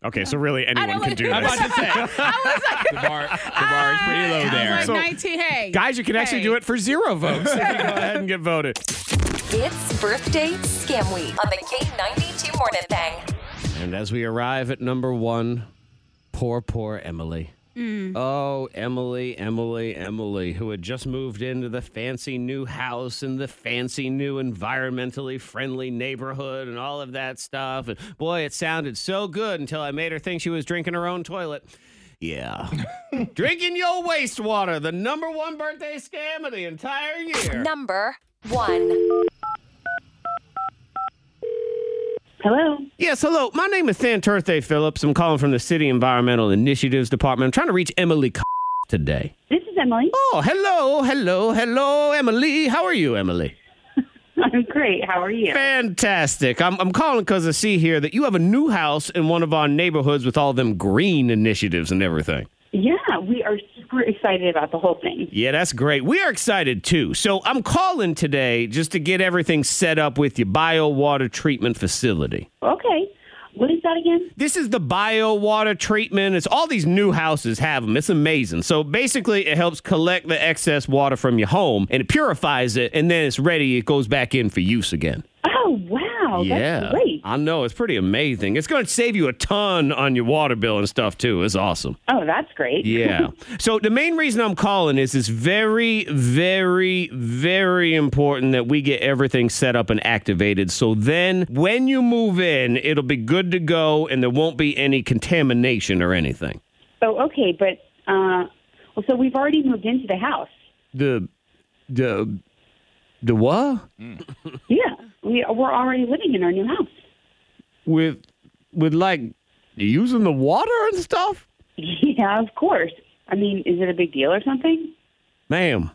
S2: Okay. So really,
S4: I
S2: anyone
S4: don't
S2: can do
S3: I'm
S2: this.
S3: about to say. the bar, the bar is pretty low
S4: "Ah, I
S3: there.
S4: was like
S2: So,
S4: 19. Hey,
S2: Guys, you can actually
S4: hey.
S2: do it for zero votes if you go ahead and get voted.
S5: It's birthday scam week on the K92 Morning Thing.
S2: And as we arrive at number one, poor, poor Emily.
S4: Mm.
S2: Oh, Emily, Emily, Emily, who had just moved into the fancy new house and the fancy new environmentally friendly neighborhood and all of that stuff. And boy, it sounded so good until I made her think she was drinking her own toilet. Yeah. drinking your wastewater, the number one birthday scam of the entire year.
S5: Number one.
S7: Hello.
S2: Yes, hello. My name is San Turthe Phillips. I'm calling from the City Environmental Initiatives Department. I'm trying to reach Emily C- today.
S7: This is Emily.
S2: Oh, hello, hello, hello, Emily. How are you, Emily?
S7: I'm great. How are you?
S2: Fantastic. I'm, I'm calling because I see here that you have a new house in one of our neighborhoods with all them green initiatives and everything.
S7: Yeah, we are super excited about the whole thing.
S2: Yeah, that's great. We are excited too. So I'm calling today just to get everything set up with your bio water treatment facility.
S7: Okay. What is that again?
S2: this is the bio water treatment. It's all these new houses have them. It's amazing. So basically, it helps collect the excess water from your home and it purifies it, and then it's ready. It goes back in for use again.
S7: Oh, wow. Wow,
S2: yeah.
S7: that's great.
S2: I know. It's pretty amazing. It's going to save you a ton on your water bill and stuff, too. It's awesome.
S7: Oh, that's great.
S2: Yeah. So the main reason I'm calling is it's very, very, very important that we get everything set up and activated. So then when you move in, it'll be good to go and there won't be any contamination or anything.
S7: So okay, but uh, well, so we've already moved into the house.
S2: The the the what?
S7: Yeah, we we're already living in our new house.
S2: With with like using the water and stuff?
S7: Yeah, of course. I mean, is it a big deal or something?
S2: Ma'am,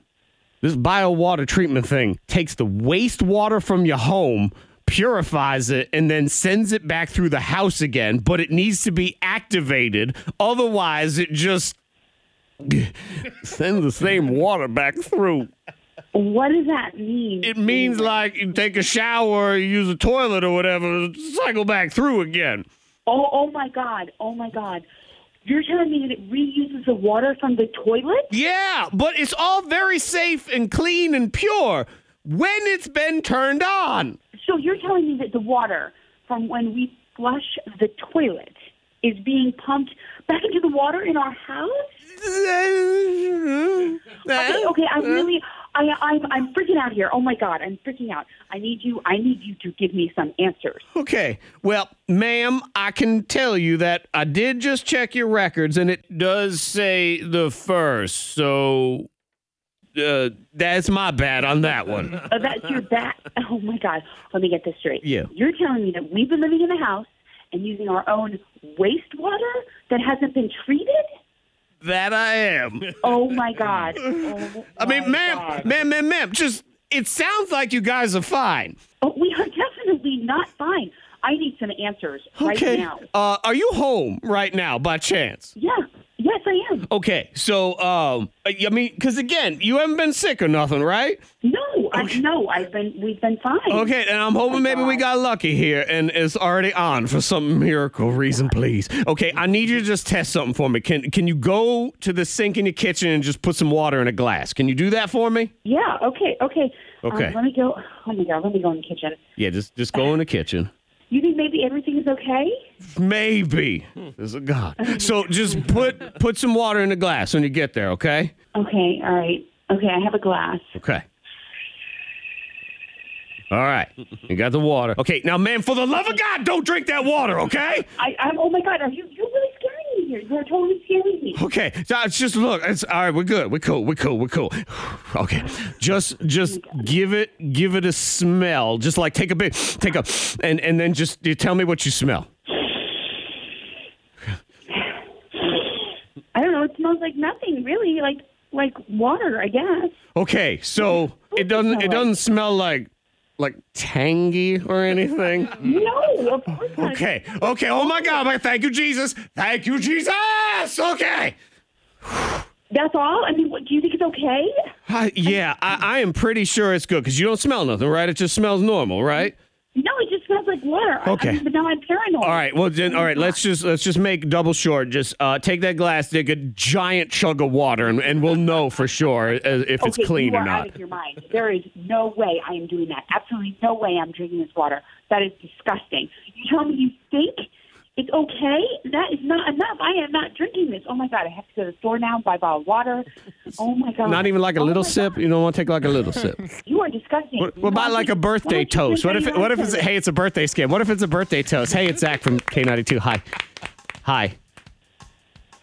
S2: this biowater treatment thing takes the wastewater from your home, purifies it, and then sends it back through the house again, but it needs to be activated. Otherwise, it just sends the same water back through.
S7: What does that mean?
S2: It means like you take a shower, you use a toilet or whatever, cycle back through again.
S7: Oh, oh my God! Oh my God! You're telling me that it reuses the water from the toilet?
S2: Yeah, but it's all very safe and clean and pure when it's been turned on.
S7: So you're telling me that the water from when we flush the toilet is being pumped back into the water in our house? Okay, okay, I really, I, I'm, I'm freaking out here. Oh my God, I'm freaking out. I need you, I need you to give me some answers.
S2: Okay. Well, ma'am, I can tell you that I did just check your records and it does say the first. So uh, that's my bad on that one.
S7: Oh, that's your back. Oh my God, let me get this straight.
S2: Yeah.
S7: You're telling me that we've been living in the house and using our own wastewater that hasn't been treated?
S2: That I am.
S7: Oh my God. Oh,
S2: I mean, ma'am, ma'am, ma'am, ma'am, just it sounds like you guys are fine.
S7: oh, we are definitely not fine. I need some answers right
S2: Okay.
S7: now.
S2: Uh, are you home right now by chance?
S7: Yeah. Yes, I am.
S2: Okay. So, um, I I mean, because again, you haven't been sick or nothing, right?
S7: No, I, no, I've been. We've been fine.
S2: Okay, and I'm hoping maybe we got lucky here and it's already on for some miracle reason, please. Okay, I need you to just test something for me. Can can you go to the sink in your kitchen and just put some water in a glass? Can you do that for me?
S7: Yeah. Okay. Okay. Um,
S2: Okay.
S7: let me go. Oh my God. Let me go in the kitchen.
S2: Yeah, just just go in the kitchen.
S7: You think maybe everything is okay?
S2: Maybe. There's a god. So just put put some water in the glass when you get there, okay?
S7: Okay. All right. Okay. I have a glass.
S2: Okay. All right. You got the water. Okay, now man, for the love of God, don't drink that water, okay?
S7: I, I'm. Oh my God. Are you? You're really scaring me here. You are totally scaring me.
S2: Okay, so it's just look. It's all right. We're good. We're cool. We're cool. We're cool. Okay, just just give it give it a smell. Just like take a big take a and and then just you tell me what you smell.
S7: I don't know. It smells like nothing really. Like like water. I guess.
S2: Okay, so it doesn't it doesn't smell like like tangy or anything.
S7: No. Of course not.
S2: Mm. Okay, okay. Oh my God! my- Thank you, Jesus. Thank you, Jesus. Okay.
S7: That's all. I mean, what, do you think it's okay?
S2: Uh, yeah, I, I am pretty sure it's good because you don't smell nothing, right? It just smells normal, right?
S7: No, it just smells like water. I- I
S2: Okay.
S7: mean, but now I'm paranoid.
S2: All right. Well, then, all right. Let's just let's just make double short. Just uh, take that glass, dig a giant chug of water, and, and we'll know for sure uh, if it's
S7: okay,
S2: clean
S7: you
S2: or
S7: are
S2: not.
S7: Out of your mind. There is no way I am doing that. Absolutely no way I'm drinking this water. That is disgusting. You tell me you think it's okay? That is not enough. I am not drinking this. Oh my god, I have to go to the store now and buy bottled water. Oh my god.
S2: Not even like a
S7: Oh
S2: little
S7: my
S2: sip. You don't want to take like a little sip.
S7: God. You are disgusting.
S2: What, what about like a birthday toast? What if it, what if it's hey, it's a birthday scam? What if it's a birthday toast? Hey, it's Zach from K ninety two. Hi, hi,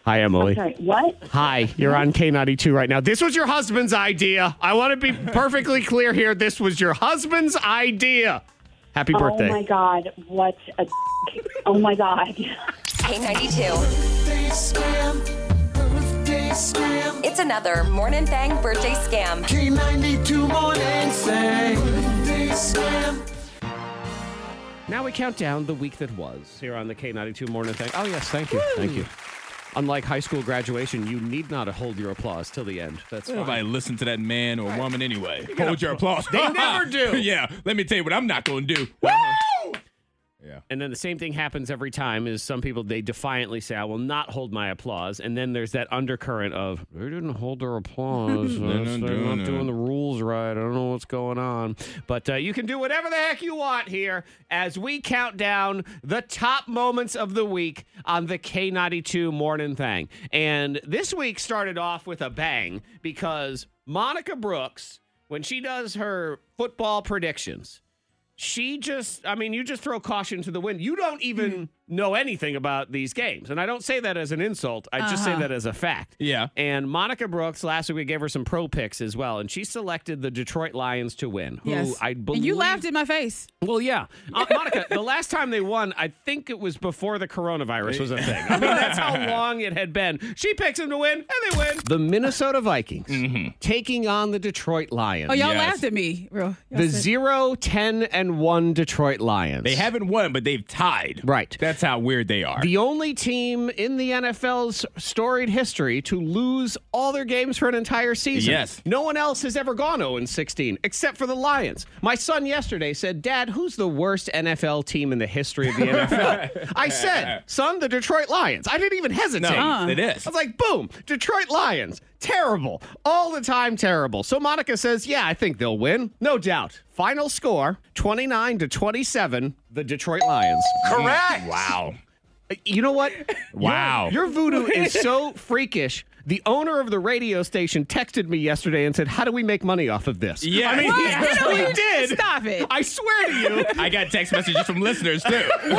S2: hi, Emily.
S7: Sorry, what?
S2: Hi, you're on K92 right now. This was your husband's idea. I want to be perfectly clear here. This was your husband's idea. Happy birthday.
S7: Oh my god, what a Oh my god.
S5: K92. It's another Morning Thang birthday scam. K92 Morning
S2: Now we count down the week that was here on the K92 Morning Thing. Oh, yes, thank you. Thank you. Unlike high school graduation, you need not hold your applause till the end. That's fine.
S3: Nobody listen to that man or woman anyway. Hold your applause.
S2: They never do.
S3: Uh-huh. yeah. Let me tell you what I'm not going to do. Woo! Yeah.
S2: And then the same thing happens every time is some people they defiantly say, I will not hold my applause. And then there's that undercurrent of they didn't hold their applause.
S3: They're
S2: That's-
S3: not
S2: they're
S3: doing
S2: not
S3: it."
S2: doing the rules right. I don't know what's going on. But uh, you can do whatever the heck you want here as we count down the top moments of the week on the K92 morning thing. And this week started off with a bang because Monica Brooks, when she does her football predictions, she just i mean you just throw caution to the wind you don't even know anything about these games and i don't say that as an insult i just say
S3: Uh-huh.
S2: that as a fact
S3: Yeah.
S2: and monica brooks last week we gave her some pro picks as well and she selected the detroit lions to win who
S4: Yes.
S2: i believe
S4: And you laughed in my face.
S2: well yeah Uh, monica the last time they won i think it was before the coronavirus was a thing i mean that's how long it had been she picks them to win and they win Mm-hmm. the minnesota vikings taking on the detroit lions
S4: Oh, y'all laughed at me. Real. Y'all
S2: the
S4: said-
S2: 0 10 and 1 Detroit Lions.
S3: They haven't won, but they've tied.
S2: Right.
S3: That's how weird they are.
S2: the only team in the NFL's storied history to lose all their games for an entire season.
S3: Yes.
S2: No one else has ever gone 0 16 except for the Lions. My son yesterday said, Dad, who's the worst NFL team in the history of the NFL? I said, Son, the Detroit Lions. I didn't even hesitate.
S3: No, Uh-uh. it is.
S2: I was like, Boom, Detroit Lions. Terrible. All the time terrible. So Monica says, Yeah, I think they'll win. No doubt. Final score 29 to 27, the Detroit Lions.
S6: Correct.
S3: Wow.
S2: You know what?
S3: Wow.
S2: Your, your voodoo is so freakish. The owner of the radio station texted me yesterday and said, How do we make money off of this?
S3: Yeah.
S2: I mean,
S3: What?
S2: he actually did.
S4: Stop it.
S2: I swear to you.
S3: I got text messages from listeners too.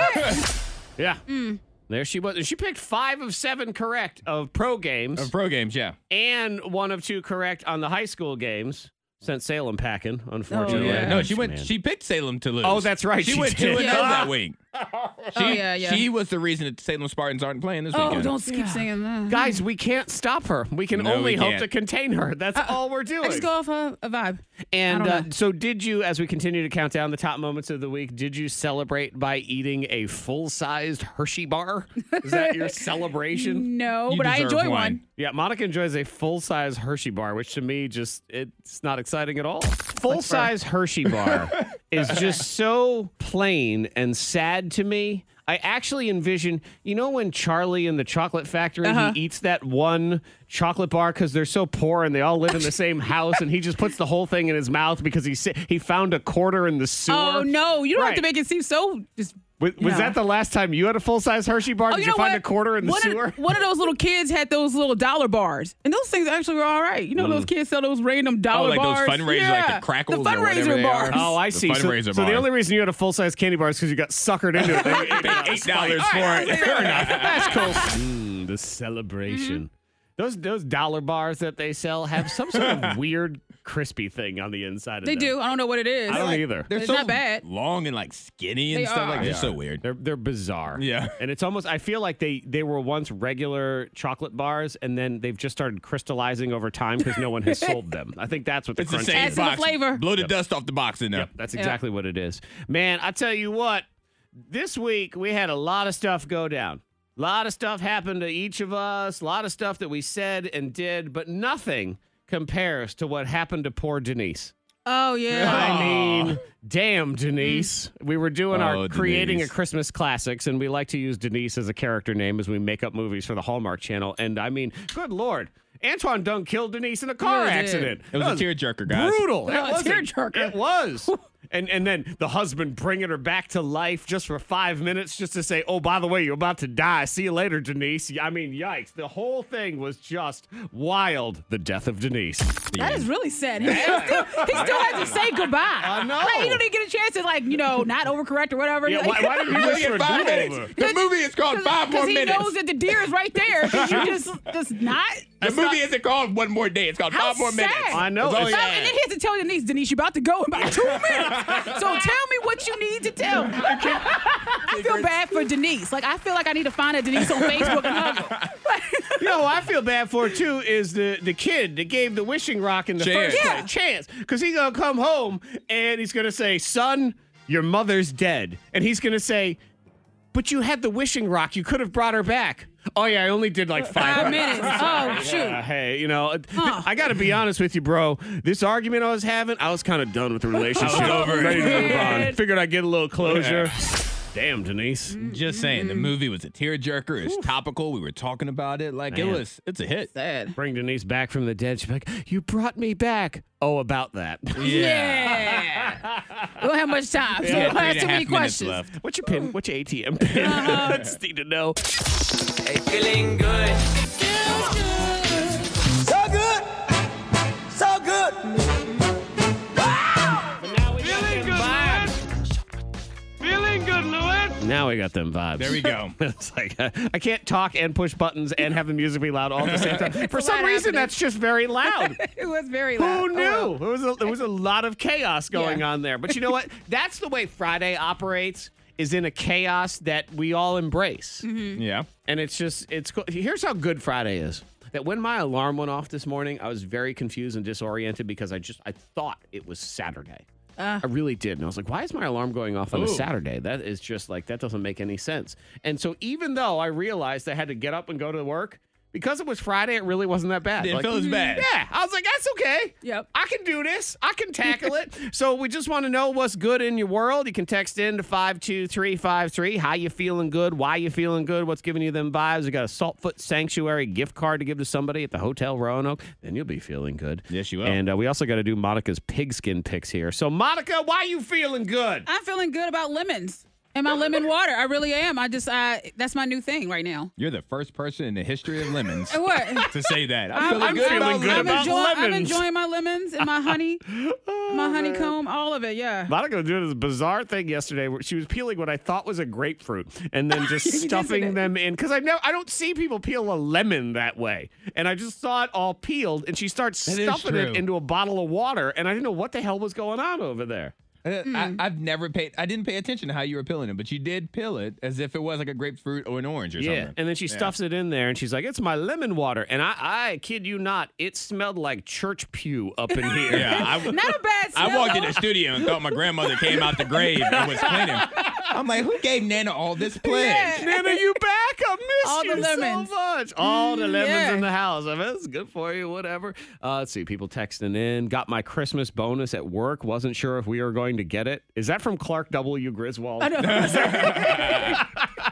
S2: Yeah.
S4: Mm.
S2: There she was. And she picked five of seven correct of pro games
S3: Of pro games, yeah.
S2: and one of two correct on the high school games. Sent Salem packing, unfortunately.
S4: Oh, yeah.
S3: No, she went.
S2: Man.
S3: She picked Salem to lose.
S2: Oh, that's right,
S3: She,
S2: she
S3: went
S2: did.
S3: two and zero
S4: Yeah.
S3: that week. She,
S4: Oh, yeah, yeah.
S3: She was the reason that Salem Spartans aren't playing this
S4: oh,
S3: weekend.
S4: don't keep singing that.
S2: Guys, we can't stop her. We can
S3: No,
S2: only
S3: we
S2: hope
S3: can't.
S2: to contain her. That's all we're doing.
S4: Uh-uh. I just go off a, a vibe.
S2: And
S4: I
S2: uh,
S4: don't know.
S2: so, did you, as we continue to count down the top moments of the week, did you celebrate by eating a full sized Hershey bar? Is that your celebration?
S4: No,
S3: You
S4: but I
S3: deserve
S4: enjoy one.
S2: Yeah, Monica enjoys a full size Hershey bar, which to me just it's not exciting at all. Full size Hershey bar is just so plain and sad to me. I actually envision, you know, when Charlie in the Chocolate Factory
S4: Uh-huh.
S2: he eats that one chocolate bar because they're so poor and they all live in the same house, and he just puts the whole thing in his mouth because he si- he found a quarter in the sewer.
S4: Oh, no. You don't have to
S2: Right.
S4: make it seem so just.
S2: Was, was
S4: No.
S2: that the last time you had a full size Hershey bar?
S4: Oh,
S2: Did
S4: you
S2: you,
S4: know
S2: find
S4: what?
S2: a quarter in the
S4: one
S2: sewer?
S4: Of, one of those little kids had those little dollar bars, and those things actually were all right. You know, those kids sell those random dollar
S3: Mm. Oh, like those
S4: bars.
S3: fundraisers,
S4: yeah.
S3: like the Crackles
S4: The
S3: or whatever
S4: fundraiser
S3: they are.
S4: bars.
S2: Oh, I
S3: The
S2: see. So,
S3: fundraiser
S2: so the
S3: bar.
S2: only reason you had a full size candy bar is because you got suckered into it. They ate
S3: Paid
S2: it.
S3: eight dollars for it. Fair enough.
S2: That's cool. Mm, the celebration.
S4: Mm-hmm.
S2: Those those dollar bars that they sell have some sort of weird crispy thing on the inside of
S4: They
S2: them.
S4: do. I don't know what it is.
S2: I don't either.
S3: They're
S4: It's
S3: so
S4: not bad.
S3: long and like skinny and
S4: They
S3: stuff
S4: are.
S3: like that.
S4: They
S3: It's so weird.
S2: They're they're bizarre.
S3: Yeah.
S2: And it's almost I feel like they they were once regular chocolate bars and then they've just started crystallizing over time because no one has sold them. I think that's what the
S3: It's the
S2: crunch
S3: same
S2: is.
S4: Adds to the
S3: box.
S4: flavor.
S3: Blow the dust off the box in there.
S2: Yep, that's exactly what it is. Man, I tell you what, this week we had a lot of stuff go down. A lot of stuff happened to each of us, a lot of stuff that we said and did, but nothing compares to what happened to poor Denise.
S4: Oh
S3: e-,
S4: yeah.
S2: I mean, damn, Denise. We were doing
S3: Oh,
S2: our creating
S3: Denise.
S2: a Christmas classics, and we like to use Denise as a character name as we make up movies for the Hallmark Channel. And I mean, good lord. Antoine Dunk killed Denise in a car
S4: Yeah, he did.
S2: accident.
S3: It was a tearjerker, guys.
S2: Brutal. That
S4: Oh, a
S2: was
S4: tearjerker.
S2: It was. And and then the husband bringing her back to life just for five minutes, just to say, "Oh, by the way, you're about to die. See you later, Denise." I mean, yikes! The whole thing was just wild. The death of Denise.
S3: e-.
S4: That is really sad. He, he still, he still has to say goodbye. I
S2: know.
S4: Like, he don't even get a chance to like you know not overcorrect or whatever.
S2: Yeah, why,
S4: Like-
S2: why did he
S3: You
S2: wish
S3: get
S2: for a
S3: five minutes.
S2: do-over?
S3: The movie is called Five More
S4: Because he
S3: Minutes.
S4: knows that the deer is right there. Can you just just not?
S3: The movie isn't called One More Day. It's called
S4: How
S3: Five More
S4: sad.
S3: Minutes.
S2: I know.
S3: That's all
S2: Oh,
S4: So,
S3: he had.
S4: And then he has to tell Denise, Denise, you're about to go in about two minutes. So tell me what you need to tell. me. I feel bad for Denise. Like I feel like I need to find a Denise on Facebook and hug her.
S2: You know, who I feel bad for too is the the kid that gave the wishing rock in the
S3: Chance.
S2: first
S4: Yeah.
S2: place, chance, because he's gonna come home and he's gonna say, "Son, your mother's dead," and he's gonna say, "But you had the wishing rock. You could have brought her back." Oh yeah, I only did like five,
S4: Five minutes. Oh shoot.
S2: Uh, hey, you know, th-
S4: Uh, Huh.
S2: I got to be honest with you, bro. This argument I was having, I was kind of done with the relationship.
S3: over it.
S2: Ready to move
S4: Man.
S2: on. Figured I'd get a little closure. Damn, Denise.
S3: Just saying,
S4: Mm.
S3: the movie was a tearjerker. It's topical. We were talking about it. Like it
S2: Man.
S3: was. It's a hit.
S4: Sad.
S2: Bring Denise back from the dead. She's like, you brought me back. Oh, about that.
S4: Yeah. we don't have much time. So
S2: Yeah,
S4: don't
S2: three and a
S4: ask too many
S2: half minutes
S4: questions.
S2: left. What's your
S4: Oh.
S2: pin? What's your ATM pin?
S4: Uh-huh.
S2: I just need to know.
S13: Feeling good. So good. So good.
S2: Feeling good, Lewis.
S13: Feeling good, Lewis.
S2: Now we got them vibes.
S3: There we go.
S2: it's like uh, I can't talk and push buttons and have the music be loud all at the same time. For
S4: a
S2: some
S4: lot
S2: reason,
S4: happening.
S2: that's just very loud.
S4: it was very loud.
S2: Who
S4: Oh,
S2: knew?
S4: well.
S2: There was a, there was a lot of chaos going
S4: Yeah.
S2: on there. But you know what? That's the way Friday operates. Is in a chaos that we all embrace.
S4: Mm.
S3: Yeah.
S2: And it's just, it's cool. Here's how good Friday is. That when my alarm went off this morning, I was very confused and disoriented because I just, I thought it was Saturday. I really did. And I was like, why is my alarm going off on a
S3: Ah. Ooh.
S2: Saturday? That is just like, that doesn't make any sense. And so even though I realized I had to get up and go to work, because it was Friday, it really wasn't that bad.
S3: Didn't
S2: Like,
S3: feel as bad.
S2: Yeah. I was like, that's okay.
S4: Yep.
S2: I can do this. I can tackle it. so we just want to know what's good in your world. You can text in to 52353. How you feeling good? Why you feeling good? What's giving you them vibes? We got a Saltfoot Sanctuary gift card to give to somebody at the Hotel Roanoke. Then you'll be feeling good.
S3: Yes, you will.
S2: And uh, we also got to do Monica's pigskin picks here. So Monica, why you feeling good?
S4: I'm feeling good about lemons and my lemon water. I really am. I just, I that's my new thing right now.
S3: You're the first person in the history of lemons
S4: And what?
S3: to say that. I'm,
S4: I'm-
S3: feeling
S4: I'm
S3: good
S4: feeling
S3: about
S2: good about
S3: lemons.
S4: I'm, enjoying, I'm
S2: lemons. Oh,
S4: enjoying my lemons and my honey, my honeycomb, all of it. Yeah.
S2: Monica was doing this bizarre thing yesterday where she was peeling what I thought was a grapefruit and then just
S4: You did say
S2: stuffing
S4: that.
S2: them in because I never I don't see people peel a lemon that way. And I just saw it all peeled and she starts
S3: That is
S2: stuffing
S3: true.
S2: it into a bottle of water and I didn't know what the hell was going on over there.
S3: Uh,
S4: Mm.
S3: I, I've never paid. I didn't pay attention to how you were peeling it, but you did peel it as if it was like a grapefruit or an orange or
S2: Yeah.
S3: something.
S2: And then she
S3: Yeah.
S2: stuffs it in there and she's like, It's my lemon water. And I, I kid you not, it smelled like church pew up in here.
S3: Yeah, I,
S4: Not a bad smell.
S3: I walked in the studio and thought my grandmother came out the grave and was cleaning. I'm like, who gave Nana all this pledge?
S2: Nana, you back? I miss
S4: All the
S2: you
S4: lemons.
S2: so much. All the lemons
S4: yeah.
S2: in the house. I mean, it's good for you, whatever. Uh, let's see, people texting in. Got my Christmas bonus at work. Wasn't sure if we were going to get it. Is that from Clark W. Griswold?
S4: I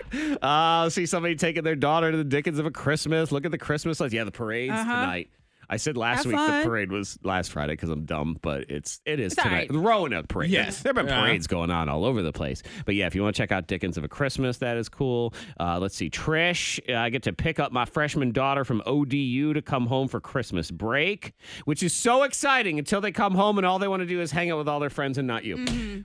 S4: know.
S2: Uh, see somebody taking their daughter to the Dickens of a Christmas. Look at the Christmas lights. Yeah, the parade's
S4: Uh-huh.
S2: tonight. I said last
S4: Have
S2: week
S4: fun.
S2: the parade was last Friday because I'm dumb, but it's it is
S4: It's all
S2: tonight.
S4: right.
S2: The Roanoke parade.
S3: Yes.
S2: there have been
S3: Yeah.
S2: parades going on all over the place. But yeah, if you want to check out Dickens of a Christmas, that is cool. Uh, let's see, Trish. uh, I get to pick up my freshman daughter from ODU to come home for Christmas break, which is so exciting until they come home and all they want to do is hang out with all their friends and not you.
S4: Mm-hmm.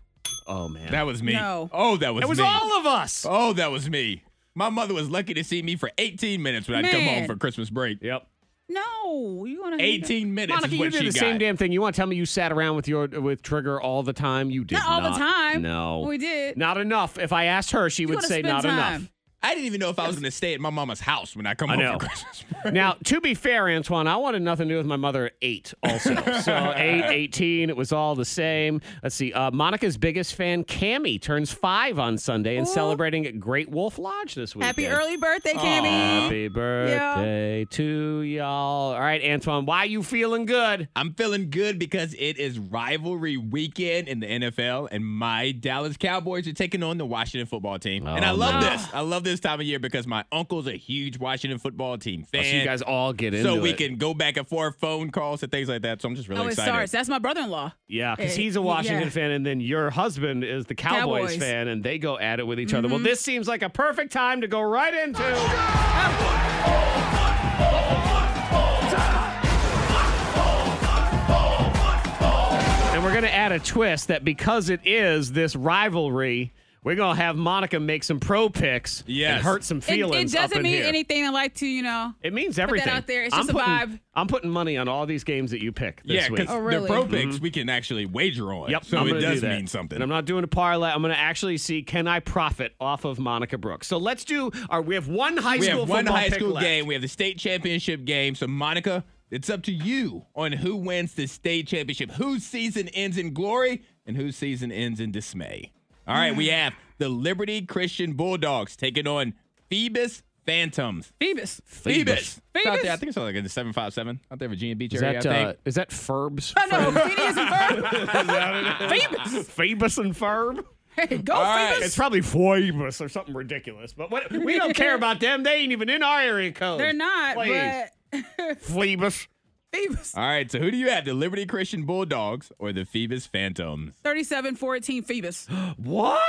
S2: Oh man,
S3: That was me.
S4: No.
S3: Oh, that was
S2: it was
S3: me.
S2: all of us.
S3: oh, that was me. My mother was lucky to see me for 18 minutes when I'd come
S4: Man.
S3: home for Christmas break.
S2: Yep.
S4: no, you want to
S3: 18 minutes
S2: Monica,
S3: is
S2: you
S3: what
S2: did
S3: she
S2: the
S3: got.
S2: same damn thing. You want to tell me you sat around with your with Trigger all the time? You did
S4: Not all the time.
S2: No,
S4: We did.
S2: Not enough. If I asked her, she
S4: You
S2: would
S4: gotta
S2: say
S4: spend
S2: not
S4: time.
S3: I didn't even know if I was going to stay at my mama's house when I come
S2: I
S3: home
S2: know.
S3: for Christmas break.
S2: enough. Now, to be fair, Antoine, I wanted nothing to do with my mother at eight. Also, so eight, 18, it was all the same. Let's see. Uh, Monica's biggest fan, Cammy, turns five on Sunday and
S4: Ooh.
S2: celebrating at Great Wolf Lodge this week.
S4: Happy early birthday, Cammy.
S2: Happy birthday to y'all. All right, Antoine, why you feeling good?
S3: I'm feeling good because it is rivalry weekend in the NFL, and my Dallas Cowboys are taking on the Washington football team. and I
S2: Oh,
S3: love
S2: man.
S3: this. I love this time of year because my uncle's a huge Washington football team
S2: Oh,
S3: fan.
S2: so you guys all get into
S3: so we
S2: it.
S3: can go back and forth, phone calls and things like that. So I'm just really
S4: oh, it
S3: excited.
S4: starts. That's my brother-in-law.
S2: Yeah, because
S4: Eh,
S2: he's a
S4: y-
S2: Washington
S4: yeah.
S2: fan, and then your husband is the Cowboys,
S4: Cowboys. Mm-hmm.
S2: fan, and they go at it with each other. Well, this seems like a perfect time to go right into. And we're going to add a twist that because it is this rivalry, we're going to have Monica make some pro picks
S3: Yes.
S2: and hurt some
S4: It,
S2: feelings.
S4: it
S2: up
S4: doesn't
S2: in
S4: mean
S2: here.
S4: anything. I like to, you know.
S2: It means
S4: that
S2: everything.
S4: out there. It's
S2: I'm
S4: just a
S2: putting,
S4: vibe.
S2: I'm putting money on all these games that you pick this
S3: yeah,
S2: week. Mm-hmm.
S3: because
S4: Oh, really?
S3: the pro picks we can actually wager on.
S2: Yep.
S3: So
S2: I'm
S3: it
S2: gonna do
S3: does
S2: that.
S3: mean something.
S2: And I'm not doing a parlay. I'm going to actually see can I profit off of Monica Brooks. So let's do. Our, we have one high
S3: we
S2: school.
S3: have one
S2: football
S3: high
S2: pick
S3: school
S2: left.
S3: game. We have the state championship game. So Monica, it's up to you on who wins the state championship. Whose season ends in glory and whose season ends in dismay. All right, we have the Liberty Christian Bulldogs taking on Phoebus Phantoms.
S4: Phoebus.
S3: Phoebus. It's out
S4: Phoebus.
S3: there. I think it's out like in the 757 out there, Virginia Beach
S2: Is
S3: area.
S2: that
S3: I think.
S2: uh, is that Ferb's?
S4: I know. Phineas and Ferb.
S2: Phoebus and Ferb.
S4: Go
S2: It's probably Phoebus or something ridiculous, but what, we don't care about them. They ain't even in our area code.
S4: They're not,
S2: Please.
S4: but
S2: Phoebus.
S4: Phoebus.
S2: uh,
S3: All right, so who do you have, the Liberty Christian Bulldogs or the Phoebus Phantoms?
S4: 37 14 Phoebus.
S2: What?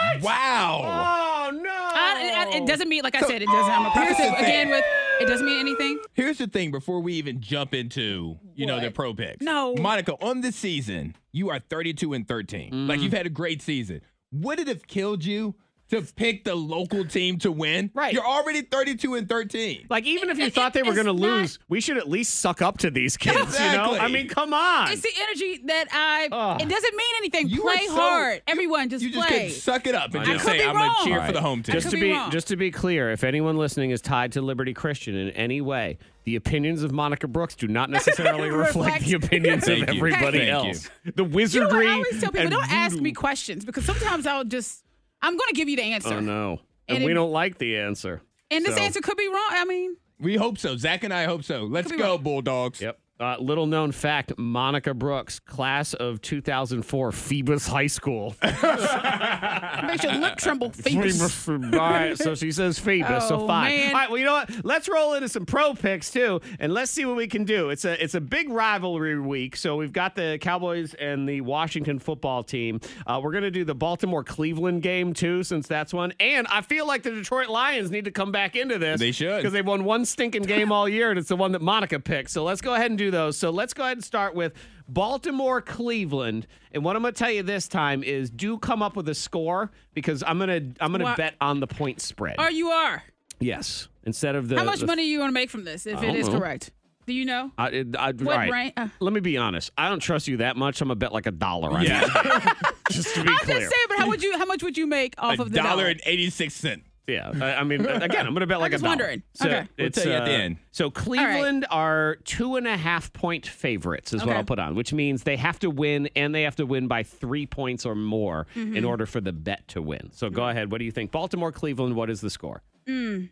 S3: Wow.
S2: Oh no!
S4: I, I, it doesn't mean, like I
S3: So-
S4: said, it doesn't. I'm a
S3: Here's the
S4: preface
S3: thing.
S4: again with it doesn't mean anything.
S3: Here's the thing before we even jump into, you know, the pro picks.
S4: No.
S3: Monica, on this season, you are 32 and 13.
S4: Mm-hmm.
S3: Like you've had a great season. Would it have killed you to pick the local team to win? Right. You're already 32 and 13.
S2: Like even if you thought they were
S4: it's
S2: going to
S4: not-
S2: lose, we should at least suck up to these kids. You know? I
S3: Exactly.
S2: mean, come on.
S4: It's the energy that I.
S2: Ugh.
S4: It doesn't mean anything.
S3: You
S4: Play
S3: are so-
S4: hard, everyone. Just
S3: You just
S4: play.
S3: could suck it up and
S2: I
S3: just
S2: know.
S3: say,
S2: Could
S3: I'm
S4: be
S3: going
S4: wrong.
S3: to cheer
S2: All
S3: for the
S2: right.
S3: home team.
S2: Just
S4: could
S2: to
S4: be
S2: be
S4: wrong.
S2: just to be clear, if anyone listening is tied to Liberty Christian in any way, the opinions of Monica Brooks do not necessarily reflect
S4: Reflect-
S2: the opinions of
S3: Thank you.
S2: everybody
S3: Thank you.
S2: else. The
S4: You know what
S2: wizardry.
S4: I always tell people
S2: and
S4: don't ask
S2: voodoo-
S4: me questions because sometimes I'll just I'm going to give you the answer,
S2: Oh no!
S4: And
S2: And, we
S4: it-
S2: don't like the answer.
S4: and this
S2: So,
S4: answer could be wrong. I mean,
S3: we hope so. Zach and I hope so. Let's
S4: be
S3: go,
S4: wrong.
S3: Bulldogs.
S2: Yep. Uh, little known fact: Monica Brooks, class of 2004, Phoebus High School.
S4: makes your look tremble. Phoebus.
S2: Phoebus. All right, so she says Phoebus. so
S4: Oh,
S2: five.
S4: man.
S2: All right, well you know what? Let's roll into some pro picks too, and let's see what we can do. It's a it's a big rivalry week, so we've got the Cowboys and the Washington football team. Uh, we're gonna do the Baltimore Cleveland game too, since that's one. And I feel like the Detroit Lions need to come back into this.
S3: They should.
S2: because they've won one stinking game all year, and it's the one that Monica picked. So let's go ahead and do those. So let's go ahead and start with. Baltimore, Cleveland, and what I'm going to tell you this time is do come up with a score because I'm going to I'm going to
S4: Wha-
S2: bet on the point spread.
S4: Are you are?
S2: yes, instead of
S3: Uh,
S2: the
S4: How much
S2: the-
S4: money you want to make from this if
S2: I
S4: it
S2: don't
S4: is
S3: Uh-huh.
S2: know.
S4: correct? Do you know?
S2: I, it- I,
S4: What
S2: all right.
S4: brain- uh.
S2: Let me be honest. I don't trust you that much. I'm gonna bet like a dollar on
S3: Yeah.
S2: that. Just to be
S4: I'm
S2: clear.
S4: just saying, but how would you? How much would you make off
S3: A
S4: of the dollar?
S3: dollar and 86 cents.
S2: Yeah, I, I mean, again, I'm gonna bet like
S4: just
S2: a dollar. uh,
S4: wondering. Okay.
S3: We'll tell you at the end.
S2: So Cleveland are two and a half point favorites, is what
S4: Okay.
S2: I'll put on, which means they have to win and they have to win by three points or more
S4: Mm-hmm.
S2: in order for the bet to win. So go ahead. What do you think? Baltimore, Cleveland. What is the score?
S4: Mm.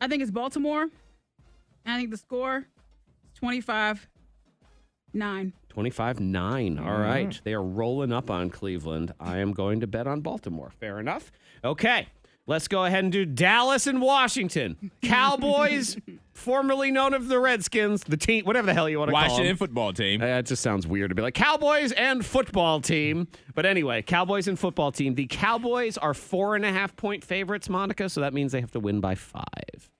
S4: I think it's Baltimore. I think the score is 25 9.
S2: 25 9.
S4: Mm-hmm.
S2: All right. They are rolling up on Cleveland. I am going to bet on Baltimore. Fair enough. Okay. Let's go ahead and do Dallas and Washington. Cowboys, formerly known as the Redskins, the team, whatever the hell you want to call
S3: Washington
S2: them.
S3: football team.
S2: Uh, That just sounds weird to be like Cowboys and football team. But anyway, Cowboys and football team. The Cowboys are four and a half point favorites, Monica. So that means they have to win by five.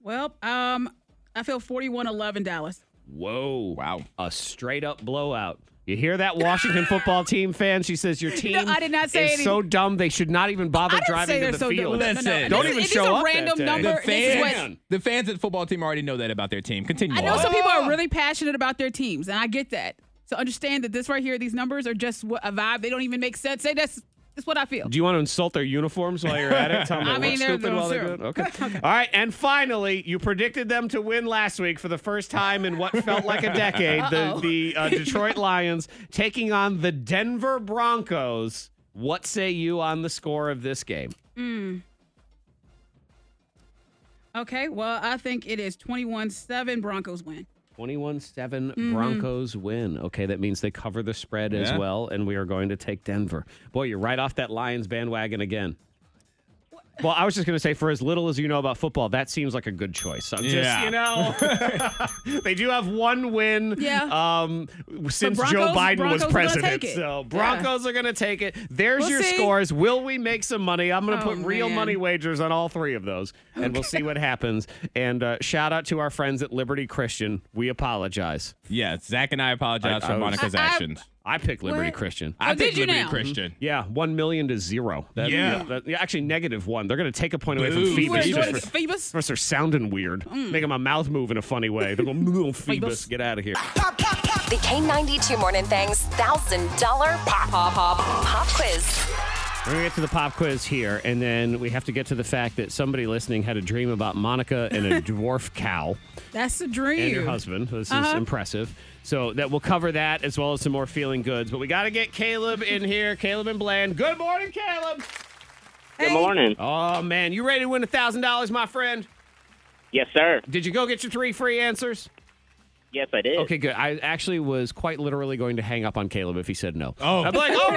S4: Well, um, I feel 41 11 Dallas.
S2: Whoa. Wow. A straight up blowout. You hear that, Washington football team fan? She says your team
S4: I did not say
S2: is
S4: anything.
S2: so dumb they should not even bother
S4: I didn't say
S2: driving
S4: they're
S2: to the
S4: so
S2: field.
S4: dumb. No, no, no.
S3: Listen,
S4: And
S2: Don't
S4: this
S2: even
S4: is-
S2: show
S4: These
S2: up
S4: are random
S2: that day.
S4: number.
S3: The
S4: This is what
S3: fans, the fans at football team already know that about their team. Continue.
S4: I know
S3: on.
S4: some people are really passionate about their teams, and I get that. So understand that this right here, these numbers are just what, a vibe. They don't even make sense. Say that's that's what I feel.
S2: Do you want to insult their uniforms while you're at it? Tell them they
S4: I mean,
S2: look
S4: they're-
S2: stupid
S4: they're
S2: while they do
S4: zero.
S2: it? Okay. All right. And finally, you predicted them to win last week for the first time in what felt like a decade. the
S4: Uh-oh.
S2: the uh, Detroit Lions taking on the Denver Broncos. What say you on the score of this game?
S4: Okay, well, I think it is 21 7 Broncos win.
S2: 21 7 Broncos win. Okay, that means they cover the spread as
S3: Yeah.
S2: well, and we are going to take Denver. Boy, you're right off that Lions bandwagon again. Well, I was just going to say, for as little as you know about football, that seems like a good choice. I'm just,
S3: Yeah.
S2: you know, they do have one win
S4: Yeah.
S2: um, since Joe
S4: Broncos-
S2: Biden
S4: Broncos
S2: was
S4: are gonna
S2: president.
S4: take it.
S2: So Broncos are going to take it. There's
S4: We'll
S2: your
S4: see.
S2: scores. Will we make some money? I'm going to
S4: Oh,
S2: put real
S4: man.
S2: money wagers on all three of those, and we'll see what happens. And uh, shout out to our friends at Liberty Christian. We apologize.
S3: Yeah, Zach and I apologize
S2: I-
S3: for
S2: I was-
S3: Monica's
S4: I- I-
S3: actions.
S2: I picked Liberty
S4: What?
S2: Christian.
S4: Oh, did
S3: picked
S4: you
S3: Liberty
S4: now?
S3: Christian.
S2: Yeah, one million to zero. That-
S3: Yeah.
S2: that- yeah, actually negative one. They're going to take a point away
S3: Boo.
S2: from
S4: You were
S2: Phoebus.
S4: enjoying
S2: Just
S4: this
S2: for,
S4: Phoebus?
S2: for sounding weird,
S4: Mm.
S2: making my mouth move in a funny way. They're going, "Little Phoebus,
S4: Phoebus.
S2: get out of here."
S5: The K92 Morning Thang's $1,000 pop, pop, pop, pop quiz.
S2: We're gonna get to the pop quiz here, and then we have to get to the fact that somebody listening had a dream about Monica and a dwarf cow
S4: That's a dream.
S2: and your husband. This is
S4: Uh-huh.
S2: impressive. So that we'll cover that as well as some more feeling goods. But we got to get Caleb in here. Caleb and Bland. Good morning, Caleb.
S4: Hey,
S14: morning.
S2: Oh man, you ready to win a thousand dollars, my friend?
S14: Yes, sir.
S2: Did you go get your three free answers?
S14: Yes, I did.
S2: Okay, good. I actually was quite literally going to hang up on Caleb if he said no.
S3: Oh.
S2: I'm like, oh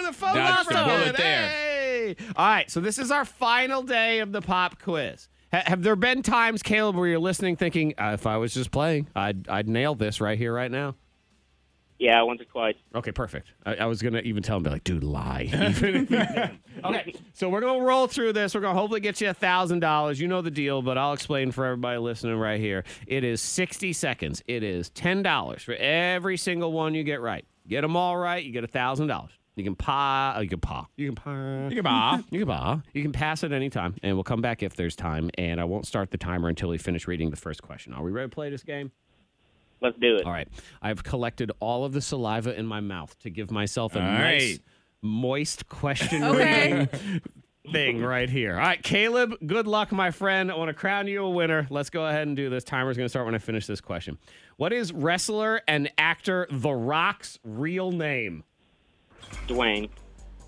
S2: no, the phone
S3: Dodged
S2: lost
S3: the
S2: on
S3: bullet
S2: it.
S3: there.
S2: Hey. Yay! All right, so this is our final day of the pop quiz. Ha- have there been times, Caleb, where you're listening thinking, uh, if I was just playing, I'd, I'd nail this right here, right now?
S14: Yeah, once or twice.
S2: Okay, perfect. I, I was going to even tell him, be like, dude, lie. okay, so we're going to roll through this. We're going to hopefully get you a $1,000. You know the deal, but I'll explain for everybody listening right here. It is 60 seconds, it is $10 for every single one you get right. Get them all right, you get a $1,000. You can pa, oh, you can pa, you can pa,
S3: You can pa.
S2: you can pa. You can pass at any time, and we'll come back if there's time. And I won't start the timer until we finish reading the first question. Are we ready to play this game?
S14: Let's do it.
S2: All right. I've collected all of the saliva in my mouth to give myself a
S3: All
S2: nice,
S3: right.
S2: moist question
S3: Okay.
S2: reading thing right here. All right, Caleb, good luck, my friend. I want to crown you a winner. Let's go ahead and do this. Timer's going to start when I finish this question. What is wrestler and actor The Rock's real name?
S14: Dwayne,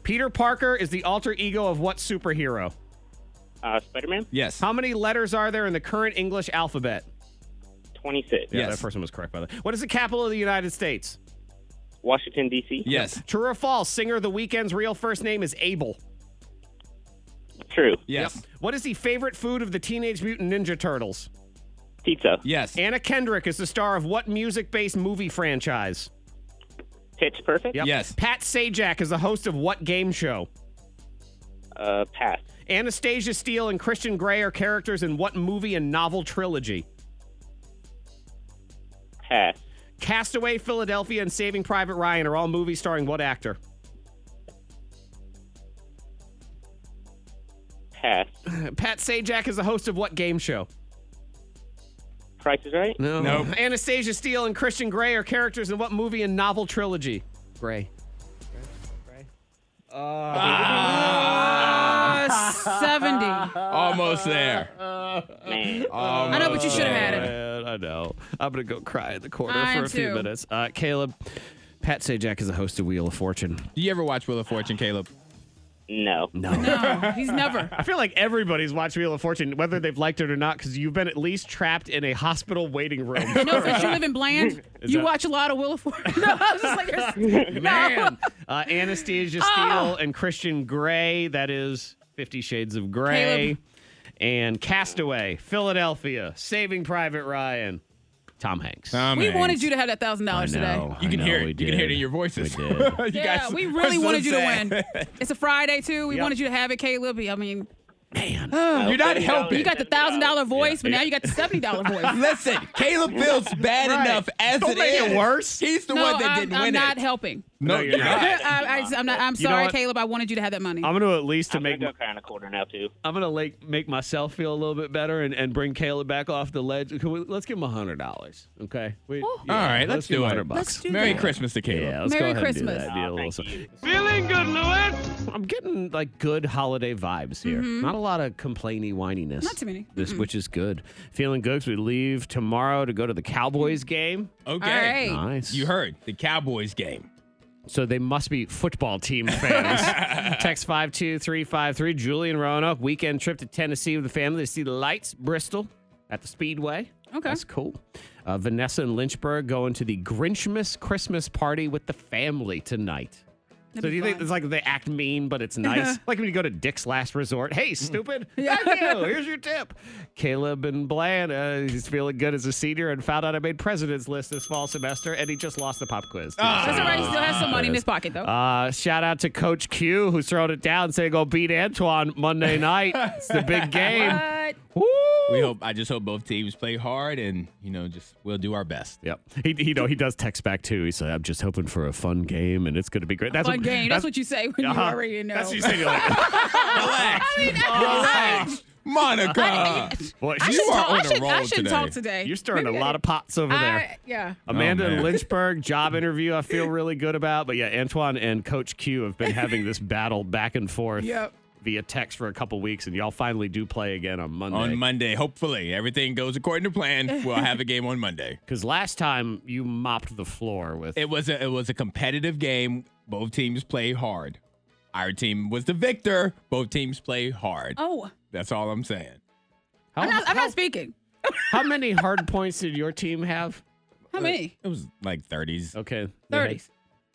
S2: Peter Parker is the alter ego of what superhero?
S14: uh, Spider Man,
S3: Yes.
S2: How many letters are there in the current English alphabet?
S14: 26.
S2: Yeah, that first one was correct, by the way. What is the capital of the United States?
S14: Washington, D.C.
S3: Yes.
S2: True or false? Singer The Weeknd's real first name is Abel.
S14: True.
S3: Yes.
S2: What is the favorite food of the Teenage Mutant Ninja Turtles?
S14: Pizza.
S3: Yes.
S4: Uh,
S2: Anna Kendrick is the star of what music based movie franchise?
S14: Pitch Perfect.
S2: Yep.
S3: Yes.
S2: Pat Sajak is the host of what game show?
S14: Uh, pass.
S2: Anastasia Steele and Christian Grey are characters in what movie and novel trilogy?
S14: Pass.
S2: Castaway, Philadelphia, and Saving Private Ryan are all movies starring what actor?
S14: Pass.
S2: Pat Sajak is the host of what game show?
S14: Price is right.
S2: No.
S3: Nope.
S2: Anastasia Steele and Christian Grey are characters in what movie and novel trilogy? Grey.
S4: Uh, 70. uh,
S3: Almost there.
S14: Man.
S4: I know, but you should have had it.
S2: Man, I know. I'm gonna go cry in the corner
S4: I
S2: for
S4: am
S2: a few
S4: too.
S2: minutes. Uh, Caleb, Pat Sajak is a host of Wheel of Fortune.
S3: Do you ever watch Wheel of Fortune, Caleb?
S14: No.
S4: No, he's never.
S2: I feel like everybody's watched Wheel of Fortune, whether they've liked it or not, because you've been at least trapped in a hospital waiting room.
S4: You know, since you live in Bland,
S2: Is
S4: you
S2: that-
S4: watch a lot of Will of Fortune. No, I was just like, there's-
S2: Man, uh, Anastasia Steele
S4: Ah.
S2: and Christian Grey. That is Fifty Shades of Grey,
S4: Caleb.
S2: and Castaway, Philadelphia, Saving Private Ryan, Tom Hanks.
S4: we wanted you to have that thousand dollars
S2: I
S4: today.
S2: know,
S3: You
S2: I
S3: can
S2: know
S3: hear
S2: we
S3: it. You can hear it
S2: did.
S3: in your voices.
S2: We did.
S3: You
S4: Yeah,
S3: guys
S4: we
S3: are
S4: really
S3: so
S4: wanted you to
S3: sad.
S4: win. It's a Friday too. We
S2: Yep.
S4: wanted you to have it, Caleb. I mean,
S3: You're not helping.
S4: you got the thousand dollar voice, but now you got the seventy dollar voice.
S3: Listen, Caleb feels bad
S2: Right.
S3: enough as
S2: Don't
S3: it
S2: make it
S3: is.
S2: worse.
S3: He's the
S4: no,
S3: one that
S4: I'm,
S3: didn't
S4: I'm
S3: win
S4: not
S3: it.
S4: helping.
S3: No,
S2: No,
S3: you're
S2: you're
S3: not.
S4: I, I, am not. I'm
S2: You know
S4: sorry,
S2: what?
S4: Caleb. I wanted you to have that money.
S2: I'm gonna at least to
S14: I'm
S2: make
S14: gonna go cry in a corner now too.
S2: I'm gonna like make myself feel a little bit better and, and bring Caleb back off the ledge. Can we- let's give him a hundred dollars, okay? We,
S3: All right, let's
S2: give him
S3: do it. Oh,
S2: 100 bucks.
S4: Let's do
S3: Merry
S4: that.
S3: Christmas to Caleb.
S2: Yeah, let's
S4: Merry
S2: go ahead and
S4: Christmas.
S2: do that. Do a
S14: Aw,
S2: little
S14: thank
S2: something.
S14: you.
S13: Feeling good, Louis.
S2: I'm getting like good holiday vibes here. Not a lot of complainy whininess.
S4: Mm-hmm. Not too many.
S2: This, which is good. Feeling good 'cause we leave tomorrow to go to the
S4: Mm-hmm.
S2: Cowboys game.
S3: Okay.
S4: All right.
S2: Nice.
S3: You heard the Cowboys game.
S2: So they must be football team fans. Text 52353, Julian Roanoke, weekend trip to Tennessee with the family to see the lights, Bristol at the Speedway.
S4: Okay.
S2: That's cool. Uh, Vanessa and Lynchburg going to the Grinchmas Christmas party with the family tonight.
S4: That'd
S2: so
S4: be
S2: do you think
S4: fun.
S2: it's like they act mean, but it's nice? like when you go to Dick's Last Resort. Hey, stupid. Thank you. Here's your tip. Caleb and Bland, uh, he's feeling good as a senior and found out I made president's list this fall semester, and he just lost the pop quiz.
S4: That's all right. He still has some money in his pocket though.
S2: Uh, shout out to Coach Q who's throwing it down saying go beat Antoine Monday night. it's the big game.
S4: What?
S2: Woo!
S3: We hope. I just hope both teams play hard, and you know, just we'll do our best.
S2: Yep. He, he, you know, he does text back too. He said, I'm just hoping for a fun game and it's going to be great. That's
S4: Fun game. That's, what you say when you
S2: Uh-huh.
S4: already know.
S2: That's what you say. You're like,
S3: Relax, relax, Monica.
S2: Boy,
S4: I
S2: you
S4: should
S3: are
S4: talk.
S3: on
S4: I
S3: a
S4: should, I
S3: roll
S4: should
S3: today.
S4: talk today.
S2: You're stirring
S4: Maybe
S2: a
S4: I-
S2: lot of pots over there.
S4: I, yeah.
S2: Amanda
S3: Oh, man.
S2: in Lynchburg, job interview I feel really good about. But yeah, Antoine and Coach Q have been having this battle back and forth
S4: Yep.
S2: via text for a couple weeks, and y'all finally do play again on Monday.
S3: On Monday, hopefully everything goes according to plan. We'll have a game on Monday.
S2: Because last time you mopped the floor with
S3: It was a it was a competitive game. Both teams play hard. Our team was the victor. Both teams play hard.
S4: Oh,
S3: That's all I'm saying.
S2: how,
S4: I'm not. I'm
S2: how-
S4: not speaking.
S2: how many hard points did your team have?
S4: How many?
S3: It was like 30s.
S2: Okay, they had-
S4: Thirties.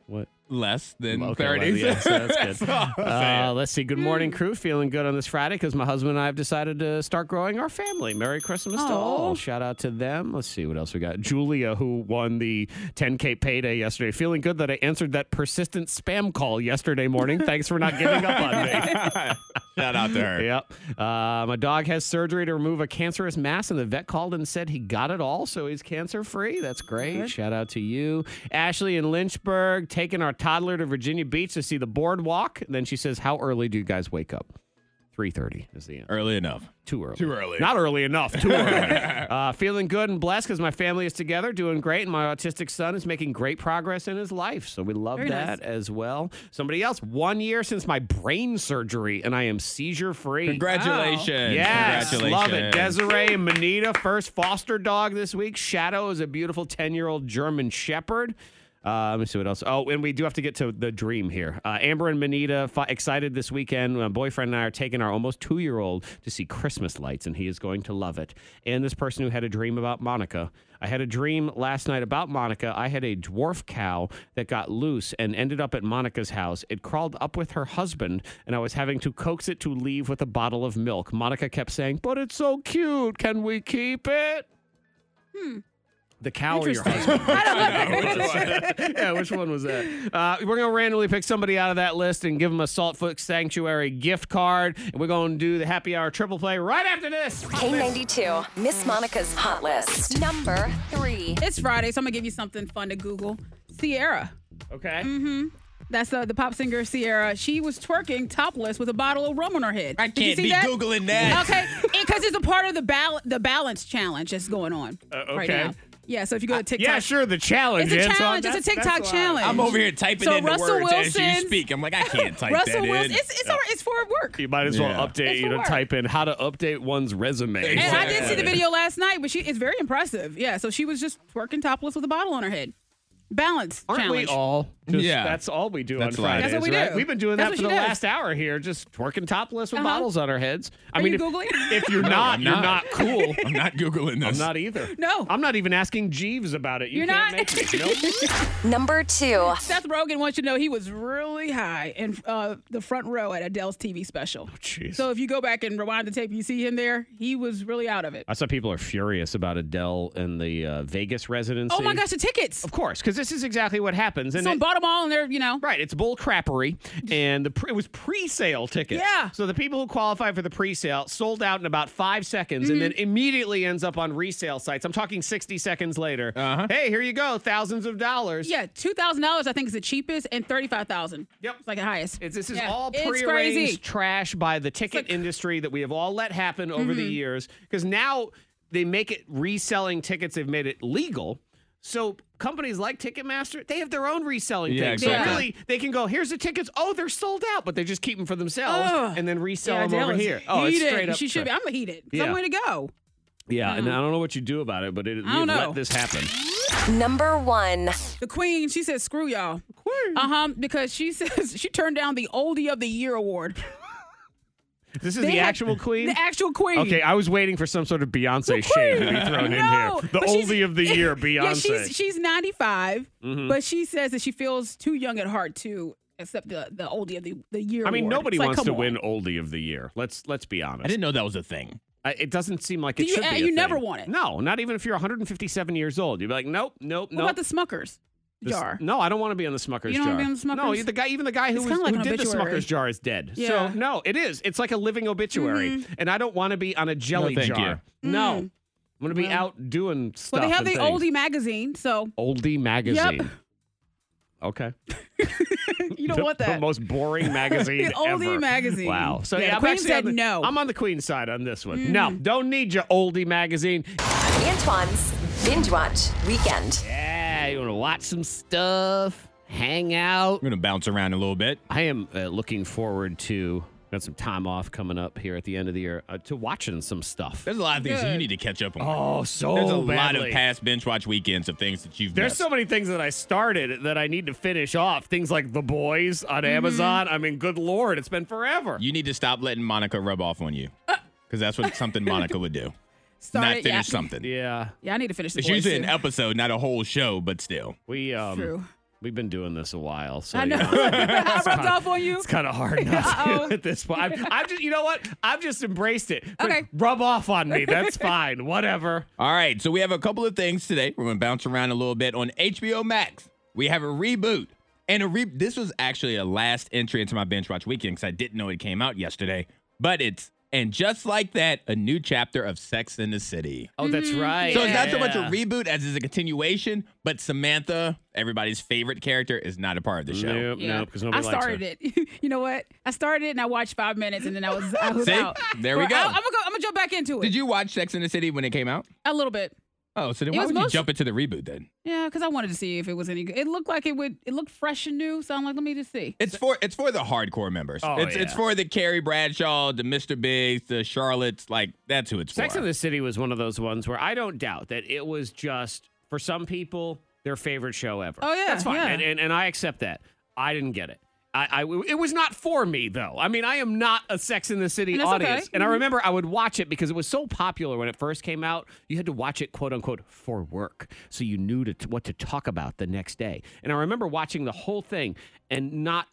S2: What?
S3: less than
S2: Okay, well,
S3: 30.
S2: yeah, so that's good.
S3: all I'm
S2: Uh, let's see.
S4: Hmm.
S2: Good morning, crew. Feeling good on this Friday because my husband and I have decided to start growing our family. Merry Christmas to all. Shout out to them. Let's see what else we got. Julia, who won the 10K payday yesterday. Feeling good that I answered that persistent spam call yesterday morning. Thanks for not giving up on me.
S3: Shout out to her.
S2: Yep. Uh, my dog has surgery to remove a cancerous mass, and the vet called and said he got it all, so he's cancer free. That's great.
S3: Good.
S2: Shout out to you. Ashley in Lynchburg taking our toddler to Virginia Beach to see the boardwalk. And then she says, How early do you guys wake up? 3.30 is the end.
S3: Early enough.
S2: Too early.
S3: Too early.
S2: Not early enough. Too early. uh, feeling good and blessed because my family is together, doing great, and my autistic son is making great progress in his life. So we love
S3: Very nice.
S2: that as well. Somebody else, one year since my brain surgery, and I am seizure free.
S3: Congratulations.
S2: Yes, love it.
S3: Congratulations.
S2: Desiree and Manita, first foster dog this week. Shadow is a beautiful 10 year old German Shepherd. Uh, let me see what else. Oh, and we do have to get to the dream here. Uh, Amber and Manita fi- excited this weekend. My boyfriend and I are taking our almost two year old to see Christmas lights, and he is going to love it. And this person who had a dream about Monica. I had a dream last night about Monica. I had a dwarf cow that got loose and ended up at Monica's house. It crawled up with her husband, and I was having to coax it to leave with a bottle of milk. Monica kept saying, But it's so cute. Can we keep it?
S4: Hmm.
S2: The cow or your
S4: Interesting.
S2: husband?
S4: I don't know.
S2: yeah, which one was that? Uh, we're going to randomly pick somebody out of that list and give them a Saltfoot Sanctuary gift card. And we're going to do the happy hour triple play right after this.
S5: K92, Miss Monica's Hot List. Number three.
S4: It's Friday, so I'm gonna give you something fun to Google. Sierra.
S2: Okay.
S4: Mm-hmm. That's uh, the pop singer Sierra. She was twerking topless with a bottle of rum on her head. I
S3: can't be Googling that.
S4: Okay, because it's a part of the bal- the balance challenge that's going on right
S2: okay.
S4: now. Yeah, so if you go to TikTok,
S2: Yeah, sure. The challenge.
S4: It's a
S2: Anson.
S4: challenge. It's a
S2: That's-
S4: TikTok
S2: that's why.
S4: challenge.
S3: I'm over here typing
S4: So
S3: in the
S4: Russell
S3: words as
S4: Wilson's-
S3: you speak. I'm like, I can't type
S4: Russell
S3: that in.
S4: Wilson. It's it's, all right. it's for work.
S2: You might as well
S3: Yeah.
S2: update. You know, type in how to update one's resume.
S4: And I did see the video last night, but she it's very impressive. Yeah, so she was just twerking topless with a bottle on her head. Balance
S2: Aren't
S4: challenge.
S2: we all? Just,
S3: Yeah.
S2: That's all we do
S3: That's
S2: on
S3: what it
S2: Fridays.
S3: is, That's what
S4: we
S2: right?
S4: do.
S2: We've been doing
S4: That's
S2: that
S4: what
S2: for
S4: she
S2: the
S4: does.
S2: last hour here, just twerking topless with
S4: Uh-huh.
S2: bottles on our heads. I
S4: Are
S2: mean,
S4: you
S2: if,
S4: Googling?
S2: if you're
S4: No,
S2: not,
S4: I'm
S2: you're
S4: not.
S2: not cool.
S3: I'm not Googling this.
S2: I'm not either.
S4: No.
S2: I'm not even asking Jeeves about it. You
S4: You're
S2: can't
S4: not?
S2: make me. Nope.
S5: Number two.
S4: Seth Rogen wants you to know he was really high in uh, the front row at Adele's TV special.
S2: jeez.
S4: so if you go back and rewind the tape, you see him there. He was really out of it.
S2: I saw people are furious about Adele and the uh, Vegas residency.
S4: Oh my gosh, the tickets!
S2: Of course, because this is exactly what happens. And
S4: Someone
S2: it-
S4: bought them all, and they're you know
S2: Right, it's bull crappery, and the pre- it was pre-sale tickets.
S4: Yeah.
S2: So the people who qualify for the pre-sale sold out in about five seconds, and then
S4: Mm-hmm.
S2: immediately ends up on resale sites. I'm talking 60 seconds later. Uh-huh. Hey, here you go, thousands of dollars.
S4: yeah two thousand dollars. I think is the cheapest, and thirty five thousand. Yep, it's like the highest.
S2: It's, this is
S4: Yeah.
S2: all
S4: It's
S2: prearranged
S4: crazy.
S2: trash by the ticket industry that we have all let happen over
S4: Mm-hmm.
S2: the years. Because now they make it reselling tickets; they've made it legal. So companies like Ticketmaster, they have their own reselling
S3: Yeah,
S2: thing.
S3: exactly.
S2: So really, they can go, "Here's the tickets. Oh, they're sold out," but they just keep them for themselves
S4: Ugh.
S2: and then resell
S4: Yeah,
S2: them over
S4: Adele is
S2: here. Oh, it's
S4: heated.
S2: straight up.
S4: She should be.
S2: trash.
S4: I'm gonna heat it.
S2: Yeah.
S4: Somewhere to go.
S2: yeah, and I don't know what you do about it, but it,
S4: I don't
S2: you've
S4: know.
S2: let this happen.
S5: Number one.
S4: The queen, she said, "Screw y'all." Uh huh. Because she says she turned down the oldie of the year award.
S2: This is
S4: They
S2: the
S4: had-
S2: actual queen.
S4: The actual queen.
S2: Okay, I was waiting for some sort of Beyonce shade to be thrown
S4: No,
S2: in here. The
S4: but she's-
S2: oldie of the year, Beyonce.
S4: Yeah, she's she's 95,
S2: Mhm.
S4: but she says that she feels too young at heart to accept the the oldie of the, the year.
S2: I mean,
S4: award.
S2: nobody
S4: It's like,
S2: wants
S4: come
S2: to
S4: on.
S2: win oldie of the year. Let's let's be honest. I didn't
S3: know that was a thing.
S2: it doesn't seem like
S4: Do
S2: it
S4: you-
S2: should
S4: uh,
S2: be. a
S4: you
S2: thing.
S4: never want it?
S2: No, not even if you're 157 years old. You'd be like, nope, nope,
S4: What
S2: nope.
S4: about the Smuckers
S2: This-
S4: jar?
S2: No, I don't want to be on the Smucker's
S4: You
S2: jar.
S4: don't wanna be on the Smucker's?
S2: No, the guy, even the guy who,
S4: It's
S2: was,
S4: kinda like
S2: who
S4: an
S2: did
S4: obituary.
S2: the Smucker's jar is dead.
S4: Yeah.
S2: So no, it is. It's like a living obituary, and I don't want to be on a jelly
S3: thank
S2: jar.
S4: you.
S2: No,
S4: Mm.
S2: I'm going to be out doing
S4: Well,
S2: stuff.
S4: they have
S2: and
S4: the
S2: things.
S4: oldie magazine, so
S2: oldie magazine. Okay.
S4: you don't
S2: the,
S4: want
S2: the
S4: that.
S2: most boring magazine
S4: The oldie
S2: ever.
S4: magazine.
S2: Wow. So
S4: Yeah,
S2: yeah,
S4: the
S2: I'm
S4: Queen
S2: actually
S4: said
S2: on the-
S4: no. Mm-hmm.
S2: I'm on the queen side on this one.
S5: Mm.
S2: No, don't need your oldie magazine.
S5: Antoine's Binge Watch Weekend.
S2: Yeah, you want to watch some stuff, hang out.
S3: I'm gonna bounce around a little bit.
S2: I am uh, looking forward to got some time off coming up here at the end of the year uh, to watching some stuff.
S3: There's a lot of things that you need to catch up on.
S2: Oh, so
S3: There's a lot
S2: badly.
S3: of past binge watch weekends of things that you've
S2: There's
S3: missed.
S2: so many things that I started that I need to finish off. Things like The Boys on
S4: Mm-hmm.
S2: Amazon. I mean, good lord, it's been forever.
S3: You need to stop letting Monica rub off on you. Because that's what something Monica would do.
S4: Start
S3: not
S4: it,
S3: finish
S4: Uh. yeah.
S3: something.
S2: Yeah.
S4: Yeah, I need to finish the
S3: It's
S4: boys,
S3: usually
S4: too.
S3: an episode, not a whole show, but still.
S2: We um
S4: True.
S2: We've been doing this a while, so
S4: I
S2: you
S4: know. I
S2: it's
S4: rubbed
S2: kinda-
S4: off on you.
S2: It's kind of hard not
S4: Uh-oh.
S2: to at this point. I've, I've just, you know what? I've just embraced it. But
S4: Okay.
S2: Rub off on me. That's fine. Whatever.
S3: All right, so we have a couple of things today. We're going to bounce around a little bit on HBO Max. We have a reboot and a re. This was actually a last entry into my binge watch weekend because I didn't know it came out yesterday. But it's and just like that, a new chapter of Sex in the City.
S2: Oh, that's
S4: Mm-hmm.
S2: right.
S3: So it's not so much a
S2: Yeah.
S3: reboot as it's a continuation. But Samantha, everybody's favorite character, is not a part of the show.
S2: Nope,
S4: Yeah.
S2: nope. Because nobody
S4: I
S2: likes
S4: started
S2: her.
S4: it. you know what? I started it and I watched five minutes and then I was, I was
S3: See?
S4: out.
S3: There we
S4: But
S3: go.
S4: I, am gonna go. I'm gonna jump back into it.
S3: Did you watch Sex in the City when it came out?
S4: a little bit.
S3: Oh, so then
S4: It
S3: why
S4: was
S3: would you
S4: most-
S3: jump into the reboot then?
S4: Yeah, because I wanted to see if it was any good. It looked like it would. It looked fresh and new. So I'm like, let me just see.
S3: It's for it's for the hardcore members.
S2: Oh,
S3: it's it's
S2: yeah.
S3: for the Carrie Bradshaw, the Mr. Biggs, the Charlottes. Like that's who it's
S2: Sex
S3: for.
S2: in the City was one of those ones where I don't doubt that it was just for some people their favorite show ever.
S4: Oh, yeah,
S2: that's fine,
S4: yeah.
S2: and, and and I accept that. I didn't get it. I, I it was not for me though. I mean, I am not a Sex in the City
S4: And that's okay.
S2: audience, and I
S4: Mhm.
S2: remember I would watch it because it was so popular when it first came out. You had to watch it quote unquote for work, so you knew to, what to talk about the next day. And I remember watching the whole thing and not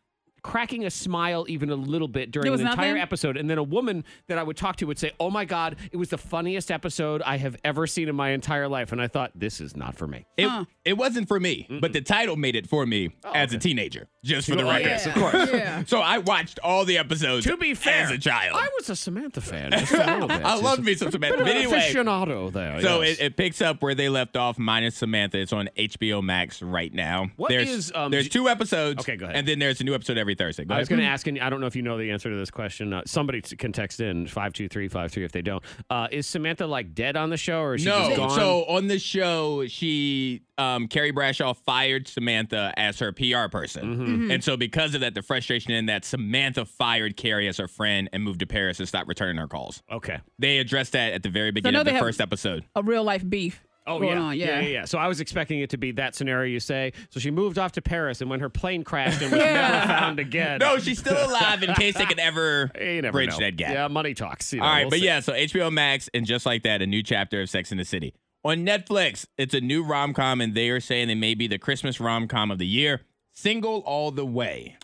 S2: cracking a smile even a little bit during
S4: There was
S2: an entire
S4: nothing?
S2: episode episode. And then a woman that I would talk to would say, Oh my God, it was the funniest episode I have ever seen in my entire life. And I thought, This is not for me.
S3: it, it wasn't for me, but the title made it for me as a teenager. Just for the
S2: Oh,
S3: record,
S2: yes, of course.
S4: Yeah.
S3: So I watched all the episodes.
S2: To be fair,
S3: as a child,
S2: I was a Samantha fan. Just a little bit.
S3: I love me some
S2: Just a
S3: Samantha.
S2: bit of an
S3: But anyway,
S2: aficionado there.
S3: so
S2: yes.
S3: it, it picks up where they left off, minus Samantha. It's on HBO Max right now.
S2: What
S3: there's
S2: is, um,
S3: there's
S2: d-
S3: two episodes.
S2: Okay, go ahead.
S3: And then there's a new episode every Thursday. Go
S2: I was
S3: ahead.
S2: going to ask, and I don't know if you know the answer to this question. Uh, somebody t- can text in 52353 if they don't. Uh, is Samantha like dead on the show or is she
S3: no.
S2: just gone?
S3: So on the show, she um Carrie Bradshaw fired Samantha as her PR person.
S2: Mm-hmm.
S3: And so because of that, the frustration in that Samantha fired Carrie as her friend and moved to Paris and stopped returning her calls.
S2: okay.
S3: They addressed that at the very beginning
S4: now
S3: of
S4: they
S3: the
S4: have-
S3: first episode.
S4: A real life beef.
S2: Oh
S4: going
S2: yeah.
S4: on.
S2: yeah, yeah, yeah. So I was expecting it to be that scenario you say. So she moved off to Paris, and when her plane crashed and was never found again.
S3: No, she's still alive in case they could ever
S2: You never
S3: bridge
S2: know.
S3: that gap.
S2: Yeah, money talks. you know,
S3: All right,
S2: we'll
S3: but
S2: see.
S3: yeah, so HBO Max and just like that, a new chapter of Sex in the City. On Netflix, it's a new rom com, and they are saying it may be the Christmas rom com of the year. Single all the way.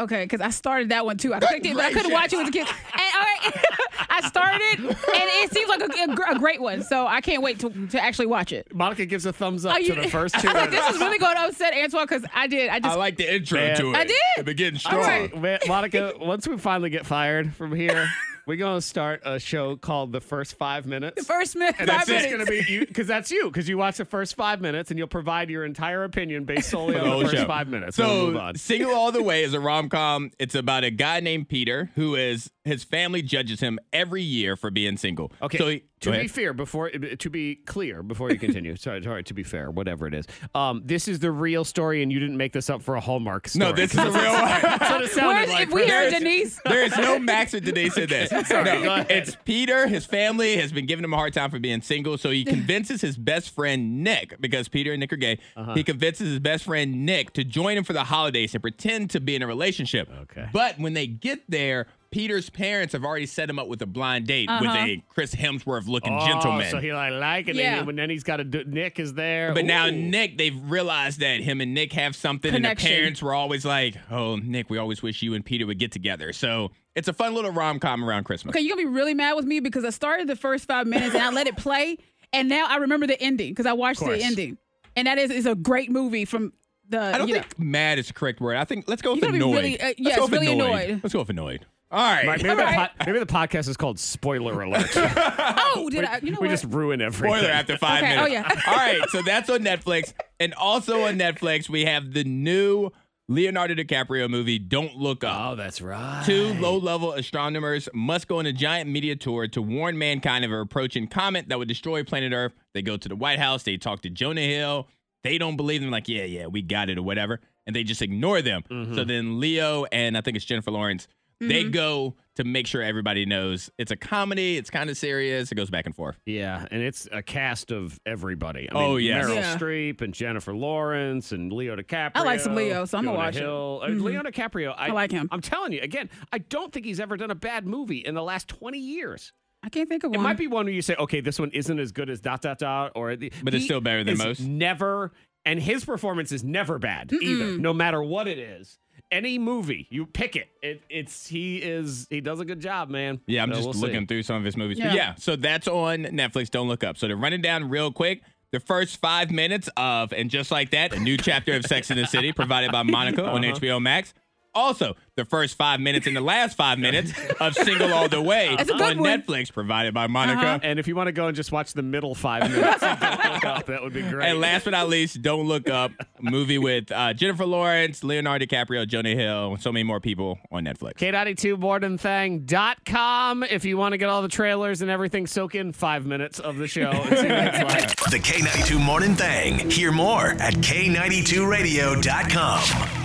S4: Okay, because I started that one too. I clicked it, but I couldn't watch it with the kids. And, all right, I started it, and it seems like a, a gr- a great one. So I can't wait to, to actually watch it.
S2: Monica gives a thumbs up
S4: Are you-
S2: to the first two.
S4: I was like, this is really going to upset Antoine because I did. I just
S3: I like the intro
S2: Man.
S3: to it.
S4: I did.
S3: It begins
S2: All
S3: strong.
S2: right, Ma- Monica. Once we finally get fired from here, we're gonna start a show called "The First Five Minutes."
S4: the first minute.
S2: and
S4: five
S2: that's just
S4: minutes.
S2: gonna be you, because that's you, because you watch the first five minutes, and you'll provide your entire opinion based solely
S3: For the
S2: on
S3: whole
S2: the first
S3: show.
S2: five minutes. We'll move
S3: Oh, So,
S2: on.
S3: Single All the Way is a rom com. It's about a guy named Peter who is his family judges him every year for being single.
S2: Okay.
S3: So he,
S2: to
S3: go
S2: be
S3: ahead.
S2: fair, before to be clear, before you continue, sorry, sorry. To be fair, whatever it is, um, this is the real story, and you didn't make this up for a Hallmark story.
S3: no, this is a real one.
S2: That's what it sounded
S4: Where's,
S2: like.
S4: if we heard
S3: There's-
S4: Denise,
S3: There is no Max with Denise in this.
S2: Sorry, go
S3: No,
S2: ahead.
S3: it's Peter. His family has been giving him a hard time for being single, so he convinces his best friend Nick, because Peter and Nick are gay.
S2: Uh-huh.
S3: He convinces his best friend Nick to join him for the holidays and pretend to be in a relationship.
S2: Okay.
S3: But when they get there, Peter's parents have already set him up with a blind date with a Chris Hemsworth looking
S2: Oh,
S3: gentleman.
S2: So he like like it,
S4: Yeah.
S2: and then- then he's got a d- Nick is there.
S3: But now
S2: Ooh.
S3: Nick, they've realized that him and Nick have something,
S4: Connection.
S3: and the parents were always like, "Oh, Nick, we always wish you and Peter would get together." So it's a fun little rom com around Christmas.
S4: okay, you're gonna be really mad with me because I started the first five minutes and I let it play, and now I remember the ending because I watched the
S2: course.
S4: ending, and that is is a great movie from the.
S3: I don't
S4: you know-
S3: think mad is the correct word. I think let's go with
S4: gotta be
S3: annoyed.
S4: really, uh,
S3: let's
S4: yes,
S3: go with
S4: really
S3: annoyed.
S4: annoyed.
S3: Let's go with annoyed. All right.
S2: Right, maybe, the po- maybe the podcast is called Spoiler Alert.
S4: oh, did I? You know
S2: we
S4: what?
S2: just ruin everything.
S3: Spoiler after five
S4: Okay,
S3: minutes.
S4: oh, yeah.
S3: All right. So that's on Netflix, and also on Netflix we have the new Leonardo DiCaprio movie, Don't Look Up.
S2: Oh, that's right.
S3: Two low level astronomers must go on a giant media tour to warn mankind of an approaching comet that would destroy planet Earth. They go to the White House, they talk to Jonah Hill. They don't believe them, like, yeah, yeah, we got it or whatever. And they just ignore them. So then Leo and I think it's Jennifer Lawrence, they go to make sure everybody knows it's a comedy, it's kind of serious, it goes back and forth.
S2: Yeah, and it's a cast of everybody. I mean,
S3: Oh, yes.
S2: Meryl
S4: Yeah.
S2: Streep and Jennifer Lawrence and Leo DiCaprio.
S4: I like some Leo, so I'm gonna
S2: Jonah
S4: watch it. Mm-hmm.
S2: Hill. Uh, Leo DiCaprio. I,
S4: I like him.
S2: I'm telling you again. I don't think he's ever done a bad movie in the last 20 years.
S4: I can't think of one.
S2: It might be one where you say, okay, this one isn't as good as dot dot dot, or the,
S3: But it's
S2: he
S3: still better than
S2: is
S3: most.
S2: Never and his performance is never bad either,
S15: Mm-mm.
S2: no matter what it is. Any movie, you pick it. it. It's he is he does a good job, man.
S3: Yeah, I'm
S2: So
S3: just
S2: we'll see.
S3: looking through some of his movies.
S2: Yeah.
S3: But yeah, so that's on Netflix. Don't look up. So to run it down real quick, the first five minutes of and just like that, a new chapter of Sex in the City provided by Monica on
S15: Uh-huh.
S3: HBO Max. Also, the first five minutes and the last five minutes of Single All the Way
S2: That's a good
S3: on
S2: one.
S3: Netflix provided by Monica.
S2: Uh-huh. And if you want to go and just watch the middle five minutes, of Don't Look Up, that would be great.
S3: And last but not least, Don't Look Up, movie with uh, Jennifer Lawrence, Leonardo DiCaprio, Jonah Hill, and so many more people on Netflix.
S2: K92mordenthang.com if you want to get all the trailers and everything. Soak in five minutes of the show and see what it's like.
S1: The K92 Morning Thang. Hear more at K92Radio.com.